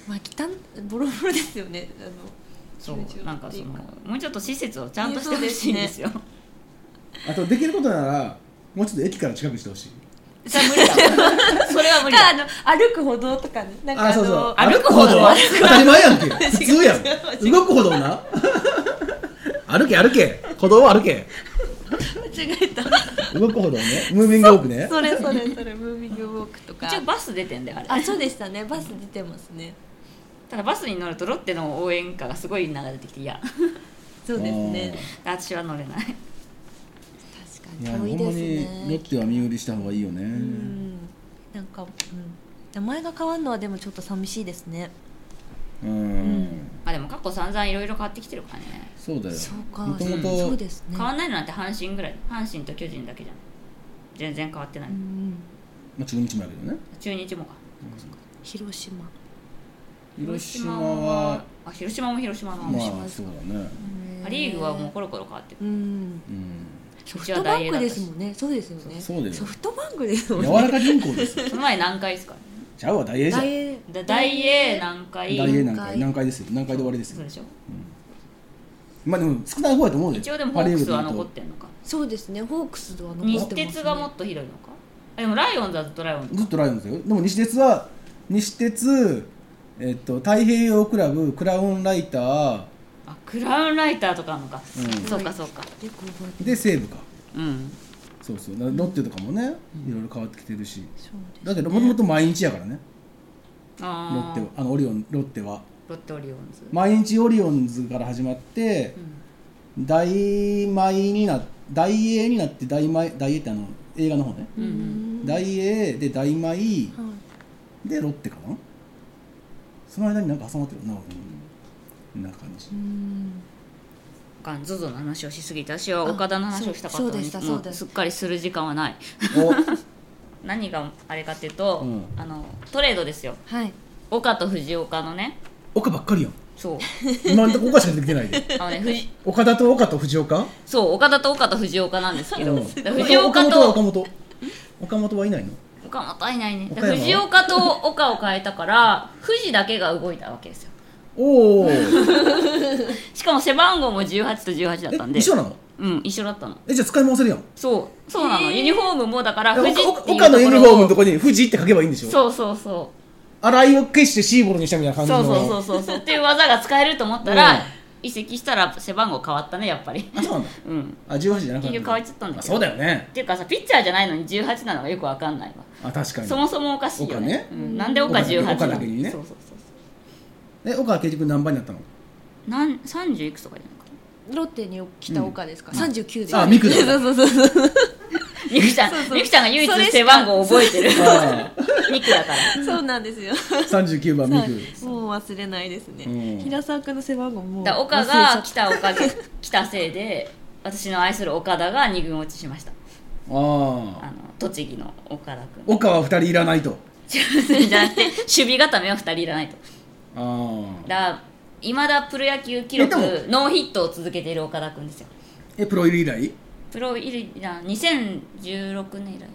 Speaker 3: まあ汚ボロボロですよねあの
Speaker 1: そうなんかそのもうちょっと施設をちゃんとしてほしいんですよ
Speaker 2: あとできることならもうちょっと駅から近くしてほしい
Speaker 1: それは無理だわそれは無理
Speaker 3: かあ
Speaker 1: だ
Speaker 3: の歩く歩道とかねなんかあの
Speaker 2: あそうそう
Speaker 1: 歩く歩道は
Speaker 2: 当たり前やんけ普通や
Speaker 3: 違う違う違
Speaker 2: ん動く歩道な 歩け歩け歩道を歩け
Speaker 3: 間違えた
Speaker 2: 動く歩道ねムービングウォークね
Speaker 3: それそれそれムービングウォークとか
Speaker 1: 一応バス出てんだよあれ
Speaker 3: あそうでしたねバス出てますね
Speaker 1: ただバスに乗るとロッテの応援歌がすごい流れてきて嫌
Speaker 3: そうですね
Speaker 1: 私は乗れない
Speaker 3: 確
Speaker 2: い
Speaker 3: か
Speaker 2: やほ
Speaker 3: に
Speaker 2: ん
Speaker 3: 遠
Speaker 2: ま
Speaker 3: い
Speaker 2: に
Speaker 3: です
Speaker 2: ロ
Speaker 3: ね
Speaker 2: ッテは身売りした方がいいよね、
Speaker 3: うんなんか、うん、名前が変わるのはでもちょっと寂しいですね
Speaker 2: うん
Speaker 3: ん
Speaker 1: まあでも過去散々いろいろ変わってきてるからね
Speaker 2: そうだよ
Speaker 3: そうか
Speaker 2: もとも
Speaker 3: そう
Speaker 2: と
Speaker 3: ですね
Speaker 1: 変わんないのなんて阪神ぐらい阪神と巨人だけじゃん全然変わってない、
Speaker 3: うん
Speaker 2: まあ、中日もやけどね
Speaker 1: 中日もか
Speaker 3: 広島
Speaker 2: 広島は
Speaker 1: あ広島も広島なの、
Speaker 2: ま
Speaker 3: 広島
Speaker 2: あ
Speaker 3: です
Speaker 2: そ
Speaker 3: か
Speaker 2: うだね
Speaker 1: パ・リーグはもうコロコロ変わってる
Speaker 3: うん
Speaker 2: うん
Speaker 3: ソ
Speaker 1: う
Speaker 3: フ
Speaker 1: ちは
Speaker 3: トバ
Speaker 1: 大英
Speaker 3: ン
Speaker 1: だ
Speaker 3: ク
Speaker 1: っ
Speaker 3: で
Speaker 1: たし
Speaker 3: すもんねそうですよね
Speaker 2: そうだよ
Speaker 3: ソフトバンクですもん
Speaker 2: 柔
Speaker 3: ね
Speaker 2: らか銀行ですよ
Speaker 1: その前何回ですか
Speaker 2: ちゃうわ大英じゃん
Speaker 3: 大英
Speaker 1: だ大英何回
Speaker 2: 大英
Speaker 3: な
Speaker 2: 何回何回ですよ何回で終わりです
Speaker 1: そう
Speaker 2: よ
Speaker 1: でしょ
Speaker 2: まあでも少ない方やと思うで
Speaker 1: 一応でもホークスは残ってんのか
Speaker 3: そうですねホークスは残ってま
Speaker 1: 日
Speaker 3: すね
Speaker 1: 鉄がもっとひどいのかあでもライオンズはずっとライオンズ
Speaker 2: ずっとライオンズよでも西鉄は西鉄、えっと、太平洋クラブクラウンライター
Speaker 1: あクラウンライターとかあるのか、
Speaker 2: うん
Speaker 1: そうかそうか
Speaker 3: よく覚えて
Speaker 2: で西武か
Speaker 1: うん
Speaker 2: そうそうだからロッテとかもね、いろいろ変わってきてるし
Speaker 3: そうです
Speaker 2: だけどもともと毎日やからねロ
Speaker 1: あ
Speaker 2: ッ
Speaker 1: あ
Speaker 2: テはあのオリオンロッテは
Speaker 1: ロッテオリオンズ、
Speaker 2: 毎日オリオンズから始まって
Speaker 1: うん、
Speaker 2: 大米にな大英になって大米大英ってあの映画の方ね、
Speaker 1: うん
Speaker 2: 大英で大米
Speaker 3: はい
Speaker 2: でロッテかなその間になんか挟まってるな、うん、こんな感じ
Speaker 3: うん
Speaker 1: ガンゾゾの話をしすぎた私は岡田の話をしたかった
Speaker 3: そ
Speaker 1: の
Speaker 3: うそうで
Speaker 1: に
Speaker 3: した
Speaker 1: も
Speaker 3: そう
Speaker 1: う
Speaker 3: です
Speaker 1: すっかりする時間はない
Speaker 2: お
Speaker 1: 何があれかっていうと、
Speaker 2: うん
Speaker 1: あのトレードですよ
Speaker 3: はい
Speaker 1: 岡と藤岡のね
Speaker 2: 岡ばっかりやん
Speaker 1: そう
Speaker 2: 今んとこ岡しか出てきてないで
Speaker 1: あのね藤
Speaker 2: 岡田と岡と藤岡
Speaker 1: そう岡田と岡と藤岡なんですけど
Speaker 2: うん
Speaker 1: だから藤岡
Speaker 2: 岡本は
Speaker 1: と
Speaker 2: 岡本岡本はいないの
Speaker 1: 岡本はいないね
Speaker 2: 岡
Speaker 1: だか
Speaker 2: 山
Speaker 1: ら
Speaker 2: は
Speaker 1: 藤岡と岡を変えたから藤だけが動いたわけですよ
Speaker 2: おお
Speaker 1: しかも背番号も18と18だったんで
Speaker 2: 一緒なの
Speaker 1: うん一緒だったの
Speaker 2: えじゃあ使い回せるやん
Speaker 1: そうそうなの、ユニフォームもだから
Speaker 2: え
Speaker 1: 藤っていう
Speaker 2: 岡岡のユニフォームのとこに藤って書けばいいんでしょ
Speaker 1: そうそうそ
Speaker 2: 洗いを消してシーボルにしたみたいな感じ
Speaker 3: そ
Speaker 2: の
Speaker 3: うそうそうそうそう
Speaker 1: っていう技が使えると思ったら、
Speaker 2: うん
Speaker 1: 移籍したら背番号変わったねやっぱり
Speaker 2: あそうなんだ
Speaker 1: うん
Speaker 2: あ18じゃなかった
Speaker 1: 結局変わっちゃったんだ
Speaker 2: あ
Speaker 1: けど
Speaker 2: そうだよね
Speaker 1: っていうかさピッチャーじゃないのに18なのがよくわかんないわ
Speaker 2: あ確かに
Speaker 1: そもそもおかしいよね
Speaker 2: 岡
Speaker 1: うん、なんで岡18なの
Speaker 2: 岡だけにね
Speaker 1: そうそうそうそ
Speaker 2: え岡は結局何番になったの
Speaker 1: うなん30いくつとかじゃないか
Speaker 3: ロッテに来た岡ですか、
Speaker 2: うん
Speaker 3: 三十39です
Speaker 2: あミクだ
Speaker 3: そうそうそうそう
Speaker 1: なみくちゃん
Speaker 3: そうそう
Speaker 1: みくちゃんが唯一
Speaker 3: それしか
Speaker 1: 背番号覚えてる
Speaker 2: あ
Speaker 1: ミクだから
Speaker 3: そうなんですよ
Speaker 2: あ39番ミク
Speaker 3: そうもう忘れないですね、
Speaker 2: うん
Speaker 3: 平沢君の背番号もう
Speaker 1: だから岡
Speaker 3: 忘れ
Speaker 1: が
Speaker 3: ちゃっ
Speaker 1: 来た岡が来たせいで私の愛する岡田が二軍落ちしました
Speaker 2: あ
Speaker 1: あ
Speaker 2: あ
Speaker 1: の栃木の岡田 君
Speaker 2: 岡は2人いらないと
Speaker 1: じゃなくて守備固めは2人いらないと
Speaker 2: ああ
Speaker 1: だからいまだプロ野球記録
Speaker 2: えで
Speaker 1: ノーヒットを続けている岡田君ですよ
Speaker 2: えプロ入り以来
Speaker 1: プロ入りな2016年以来、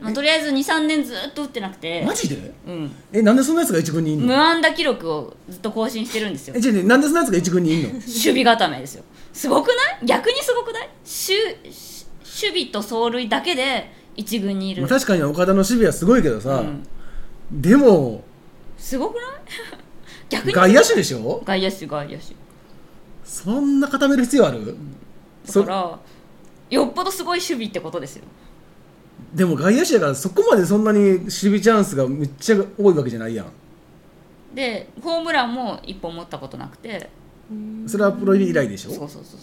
Speaker 1: まあ、とりあえず23年ずっと打ってなくて
Speaker 2: マジで
Speaker 1: うん
Speaker 2: えなんでそんなやつが一軍にいん
Speaker 1: 無
Speaker 2: の
Speaker 1: 安打記録をずっと更新してるんですよ
Speaker 2: えじゃあねなんでそんなやつが一軍にいんの
Speaker 1: 守備固めですよすごくない逆にすごくないしゅし守備と走塁だけで一軍 にい
Speaker 2: ま
Speaker 1: る
Speaker 2: あ確かに岡田の守備はすごいけどさ、
Speaker 1: うん
Speaker 2: でも
Speaker 1: すごくない 逆に
Speaker 2: 外野手でしょ
Speaker 1: 外野手外野手
Speaker 2: そんな固める必要あるそ
Speaker 1: だからよっぽどすごい守備ってことですよ
Speaker 2: でも外野手だからそこまでそんなに守備チャンスがめっちゃ多いわけじゃないやん
Speaker 1: でホームランも一本持ったことなくて
Speaker 3: たうん
Speaker 2: それはプロ入り以来でし
Speaker 1: そうそ
Speaker 2: ょ
Speaker 1: うそうそ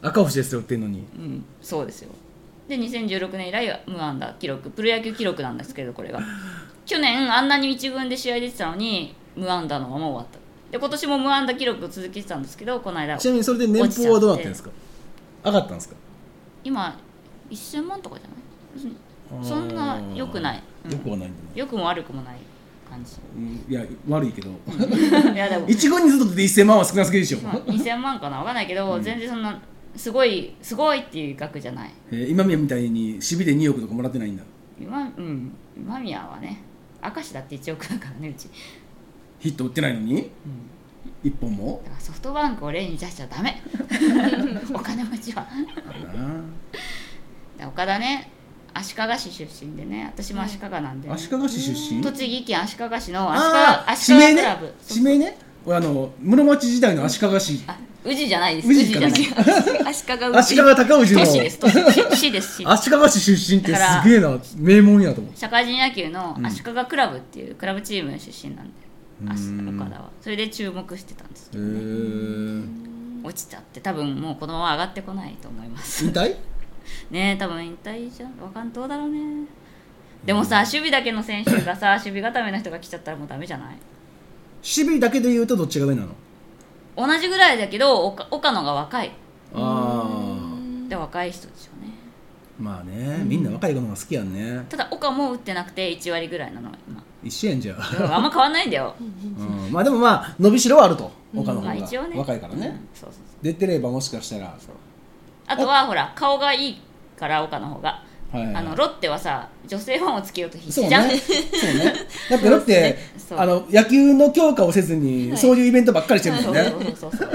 Speaker 2: 赤星ですよっていうのに
Speaker 1: ううんそうですよで2016年以来は無安打記録プロ野球記録なんですけどこれが去年あんなに一軍で試合出てたのに無安打のまま終わったで今年も無安打記録を続けてたんですけどこの間
Speaker 2: ちなみにそれで年俸はどうなってるんですか上がったんですか
Speaker 1: 今1000万とかじゃないそんな良くないうん
Speaker 2: よくはないんだ
Speaker 1: 良くも悪くもない感じ
Speaker 2: な、うんいや悪いけど
Speaker 1: いやでも
Speaker 2: 一軍にずっと出て1000万は少なすぎでしょ、
Speaker 1: まあ2000万かな分かんないけど、
Speaker 2: うん
Speaker 1: 全然そんなすごいすごいっていう額じゃない
Speaker 2: えー今宮みたいに守備で2億とかもらってないんだ
Speaker 1: 今うん今宮はね明石だって1億だからねうち、
Speaker 2: ヒット打ってないのに1本も
Speaker 1: だからソフトバンクを例に出しちゃダ メお金持ちはだか
Speaker 2: あるな
Speaker 1: ら岡田ね足利市出身でね私も足利なんでね、
Speaker 2: 足利市出身
Speaker 1: 栃木県足利市の足利
Speaker 2: ああ
Speaker 1: 足
Speaker 2: 地名
Speaker 1: 利
Speaker 2: ね
Speaker 1: クラブ、
Speaker 2: 地名ね俺あの室町時代の足利市
Speaker 1: あ宇治じゃないです
Speaker 2: 宇治
Speaker 1: じ
Speaker 2: か
Speaker 1: ゃ
Speaker 2: な
Speaker 1: ない
Speaker 3: 足利
Speaker 2: 足利尊氏の
Speaker 1: 都市です都市 市市です市
Speaker 2: 足利市出身って
Speaker 1: だから
Speaker 2: すげえな名門やと思う
Speaker 1: 社会人野球の足利クラブっていうクラブチームの出身なんで、
Speaker 2: うん
Speaker 1: 足岡田はそれで注目してたんですけ
Speaker 2: へ
Speaker 1: ど
Speaker 2: ー
Speaker 1: 落ちちゃって多分もうこのまま上がってこないと思います
Speaker 2: 引退
Speaker 1: ねえ多分引退じゃんわかんどうだろうねでもさ守備だけの選手が さ守備固めの人が来ちゃったらもうダメじゃない
Speaker 2: 守備だけで言うとどっちが上なの
Speaker 1: 同じぐらいだけど岡岡野が若い
Speaker 2: あ
Speaker 1: で若い人でしょうね
Speaker 2: あまあねみんな若い子の方が好きやんね
Speaker 1: ただ岡も打ってなくて1割ぐらいなの今
Speaker 2: 一緒やんじゃあ
Speaker 1: うんあんま変わんないんだよ
Speaker 2: うんまあでもまあ伸びしろはあると他の方
Speaker 1: まあ一応
Speaker 2: が
Speaker 1: ね
Speaker 2: 若いから
Speaker 1: うん
Speaker 2: ね
Speaker 1: そうそうそう
Speaker 2: 出てればもしかしたら
Speaker 1: あとはほら顔がいいから岡の方が
Speaker 2: はい
Speaker 1: あのロッテはさ女性ファンをつけようと必
Speaker 2: そう
Speaker 1: 死
Speaker 2: ね
Speaker 1: じゃん、
Speaker 2: そうねだってロッテ
Speaker 1: そう
Speaker 2: あの野球の強化をせずに
Speaker 3: はい
Speaker 2: そういうイベントばっかりしてるもんね
Speaker 1: そうそうそうそう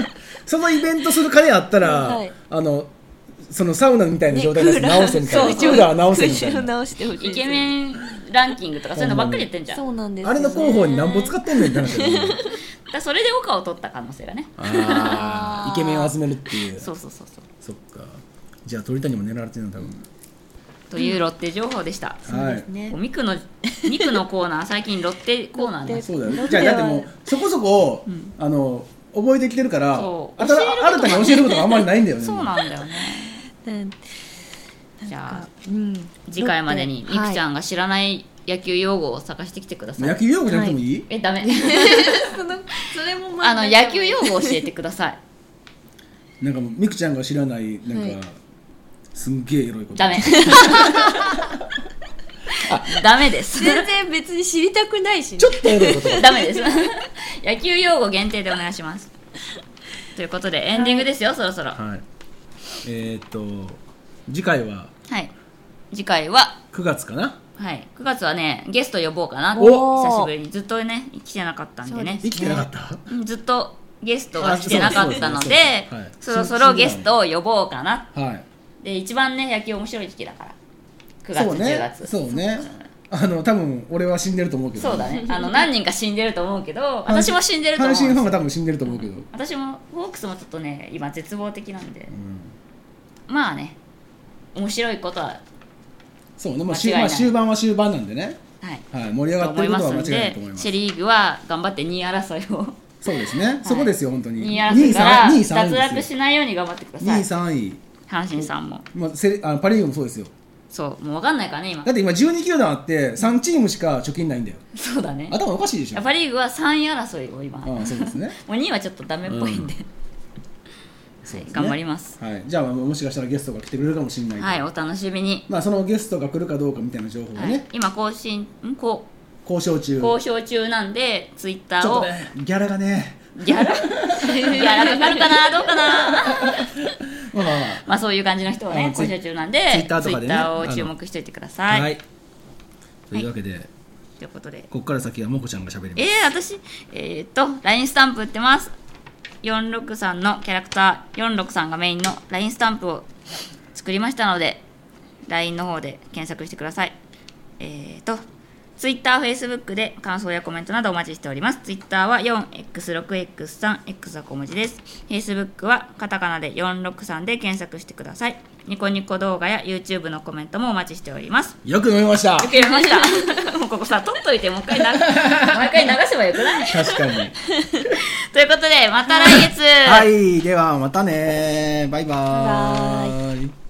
Speaker 2: そのイベントする金あったら
Speaker 3: はい
Speaker 2: あのそのサウナみたいな
Speaker 3: ね
Speaker 2: 状態で直せみたいな
Speaker 3: そう
Speaker 2: クーラー直せみたい
Speaker 3: クーラー
Speaker 2: な
Speaker 3: 直してほしい
Speaker 1: イケ
Speaker 3: ン
Speaker 1: メンランキングとかそういうのばっかりやってんじゃんだ
Speaker 3: そ
Speaker 1: か
Speaker 3: うなんです
Speaker 2: あれの広報になんぼ使ってんねんって話だよね
Speaker 1: らそれで岡を取った可能性がね
Speaker 2: あーイケメンを集めるっていう
Speaker 1: そうそうそうそう
Speaker 2: そっかじゃあ鳥谷も狙われてるの多分
Speaker 1: というロッテ情報でした、
Speaker 3: そうですね
Speaker 1: おミクのミクのコーナー最近ロッテコーナーなんです
Speaker 2: そうだよ
Speaker 3: ロ
Speaker 2: ね
Speaker 3: ッ。テ
Speaker 2: じゃ
Speaker 3: は
Speaker 2: あだってもうそこそこ、あの覚えてきてるから、
Speaker 1: そう
Speaker 2: あたら
Speaker 1: 教えること
Speaker 2: 新たに教えることがあんまりないんだよね。
Speaker 1: そうなんだよね
Speaker 3: うん
Speaker 1: じゃあ
Speaker 3: うん
Speaker 1: 次回までにミクちゃ
Speaker 3: ん
Speaker 1: んが知らない野球用語を探してきてください、
Speaker 2: 野球用語じゃなくてもいい？
Speaker 1: え ダメ
Speaker 3: そのそれもま
Speaker 1: あの 野球用語を教えてください
Speaker 2: なんかもうみくちゃんが知らないなんか、
Speaker 3: はい
Speaker 2: すんげえエロいこと。
Speaker 1: ダメ ダメです
Speaker 3: 全然別に知りたくないしね
Speaker 2: ちょっとエロいこと。
Speaker 1: ダメです野球用語限定でお願いしますということでエンディングですよ、そろそろは
Speaker 2: はい。えー、っと次回はい
Speaker 1: 次回は、
Speaker 2: 9月かな。
Speaker 1: はい、9月はねゲスト呼ぼうかな
Speaker 3: おー
Speaker 1: 久しぶりにずっとね来てなかったんでね
Speaker 3: そ
Speaker 2: 生
Speaker 3: う
Speaker 2: きてなかった？
Speaker 1: うんずっとゲストが来てなかったので
Speaker 2: あそうです
Speaker 1: そ
Speaker 2: そうですそうですはい
Speaker 1: ろそろゲストを呼ぼうかな
Speaker 2: はい。
Speaker 1: で一番ね野球面白い時期だから9月、
Speaker 2: そう
Speaker 1: 10
Speaker 2: ね。
Speaker 1: 月
Speaker 2: そうね。あの多分俺は死んでると思うけど
Speaker 1: そうだねあの何人か死んでると思うけど私も死んでると思
Speaker 2: 阪神ファン
Speaker 1: う
Speaker 2: は多分死んでると思うけど、うん
Speaker 1: 私もホークスもちょっとね今絶望的なんでまあね面白いことは
Speaker 2: そうね、ま
Speaker 1: 間
Speaker 2: あ、
Speaker 1: 違い
Speaker 2: 終
Speaker 1: ない
Speaker 2: まあ終盤は終盤なんでね、
Speaker 1: はい
Speaker 2: はい、盛り上
Speaker 1: と
Speaker 2: がっ
Speaker 1: 思
Speaker 2: て
Speaker 1: い
Speaker 2: る
Speaker 1: ま
Speaker 2: こと
Speaker 1: す
Speaker 2: は
Speaker 1: の
Speaker 2: 間違いない
Speaker 1: で
Speaker 2: と思います
Speaker 1: セ・リーグは頑張って2位争いを
Speaker 2: そうですね、そこですよ本当に
Speaker 1: 2位争いか
Speaker 2: さ
Speaker 1: ら
Speaker 2: ん2位
Speaker 1: 脱
Speaker 2: 3位で
Speaker 1: 落
Speaker 2: す
Speaker 1: し
Speaker 2: よ
Speaker 1: ないように頑張ってくだ
Speaker 2: 2
Speaker 1: さ
Speaker 2: 位
Speaker 1: い
Speaker 2: 3位、
Speaker 1: 阪神さんも
Speaker 2: まあ、セリあのパ・リーグもそうですよ
Speaker 1: そうもう分かんないからね今
Speaker 2: だって今12球団あって3チームしか貯金ないんだよ
Speaker 1: そうだね
Speaker 2: 頭おかしいでしょ
Speaker 1: パ・リーグは3位争いを今も
Speaker 2: ああそうですね
Speaker 1: う2位はちょっとダメっぽいんで,、はい頑張ります
Speaker 2: はい、じゃあ、まあもしかしたらゲストが来てくれるかもしれない、
Speaker 1: はい、お楽しみに、
Speaker 2: まあ、そのゲストが来るかどうかみたいな情報をね、
Speaker 1: はい、今更新んこ
Speaker 2: 交渉中
Speaker 1: う交渉中なんでツイッタ
Speaker 2: ち
Speaker 1: ー
Speaker 2: ょっと
Speaker 1: を
Speaker 2: ねギャラがね
Speaker 1: ギャラギ ャラかかるかなどうかな
Speaker 2: まあまあま
Speaker 1: まあそういう感じの人を
Speaker 2: あ
Speaker 1: ね
Speaker 2: のツイ
Speaker 1: 交渉中なんで
Speaker 2: ツイッターとかで
Speaker 1: ツ
Speaker 2: ね
Speaker 1: イッターを注目しておいてくだ
Speaker 2: あ
Speaker 1: さい、
Speaker 2: というわけで、
Speaker 1: ということで
Speaker 2: ここから先はもこちゃんがしゃべりま
Speaker 1: えー
Speaker 2: す、
Speaker 1: 私えーっと LINE スタンプ売ってます463のキャラクター463がメインの LINE スタンプを作りましたので LINE の方で検索してくださいえーっと Twitter、Facebook で感想やコメントなどお待ちしております。Twitter は 4x6x3、x は小文字です。Facebook はカタカナで463で検索してください。ニコニコ動画や YouTube のコメントもお待ちしております。
Speaker 2: よく飲みました
Speaker 1: よくやりました。 もうここさ、取っといて、もう一回な、毎回流せばよくない
Speaker 2: 確かに
Speaker 1: ということで、また来月
Speaker 2: はいではまたねバイバーイ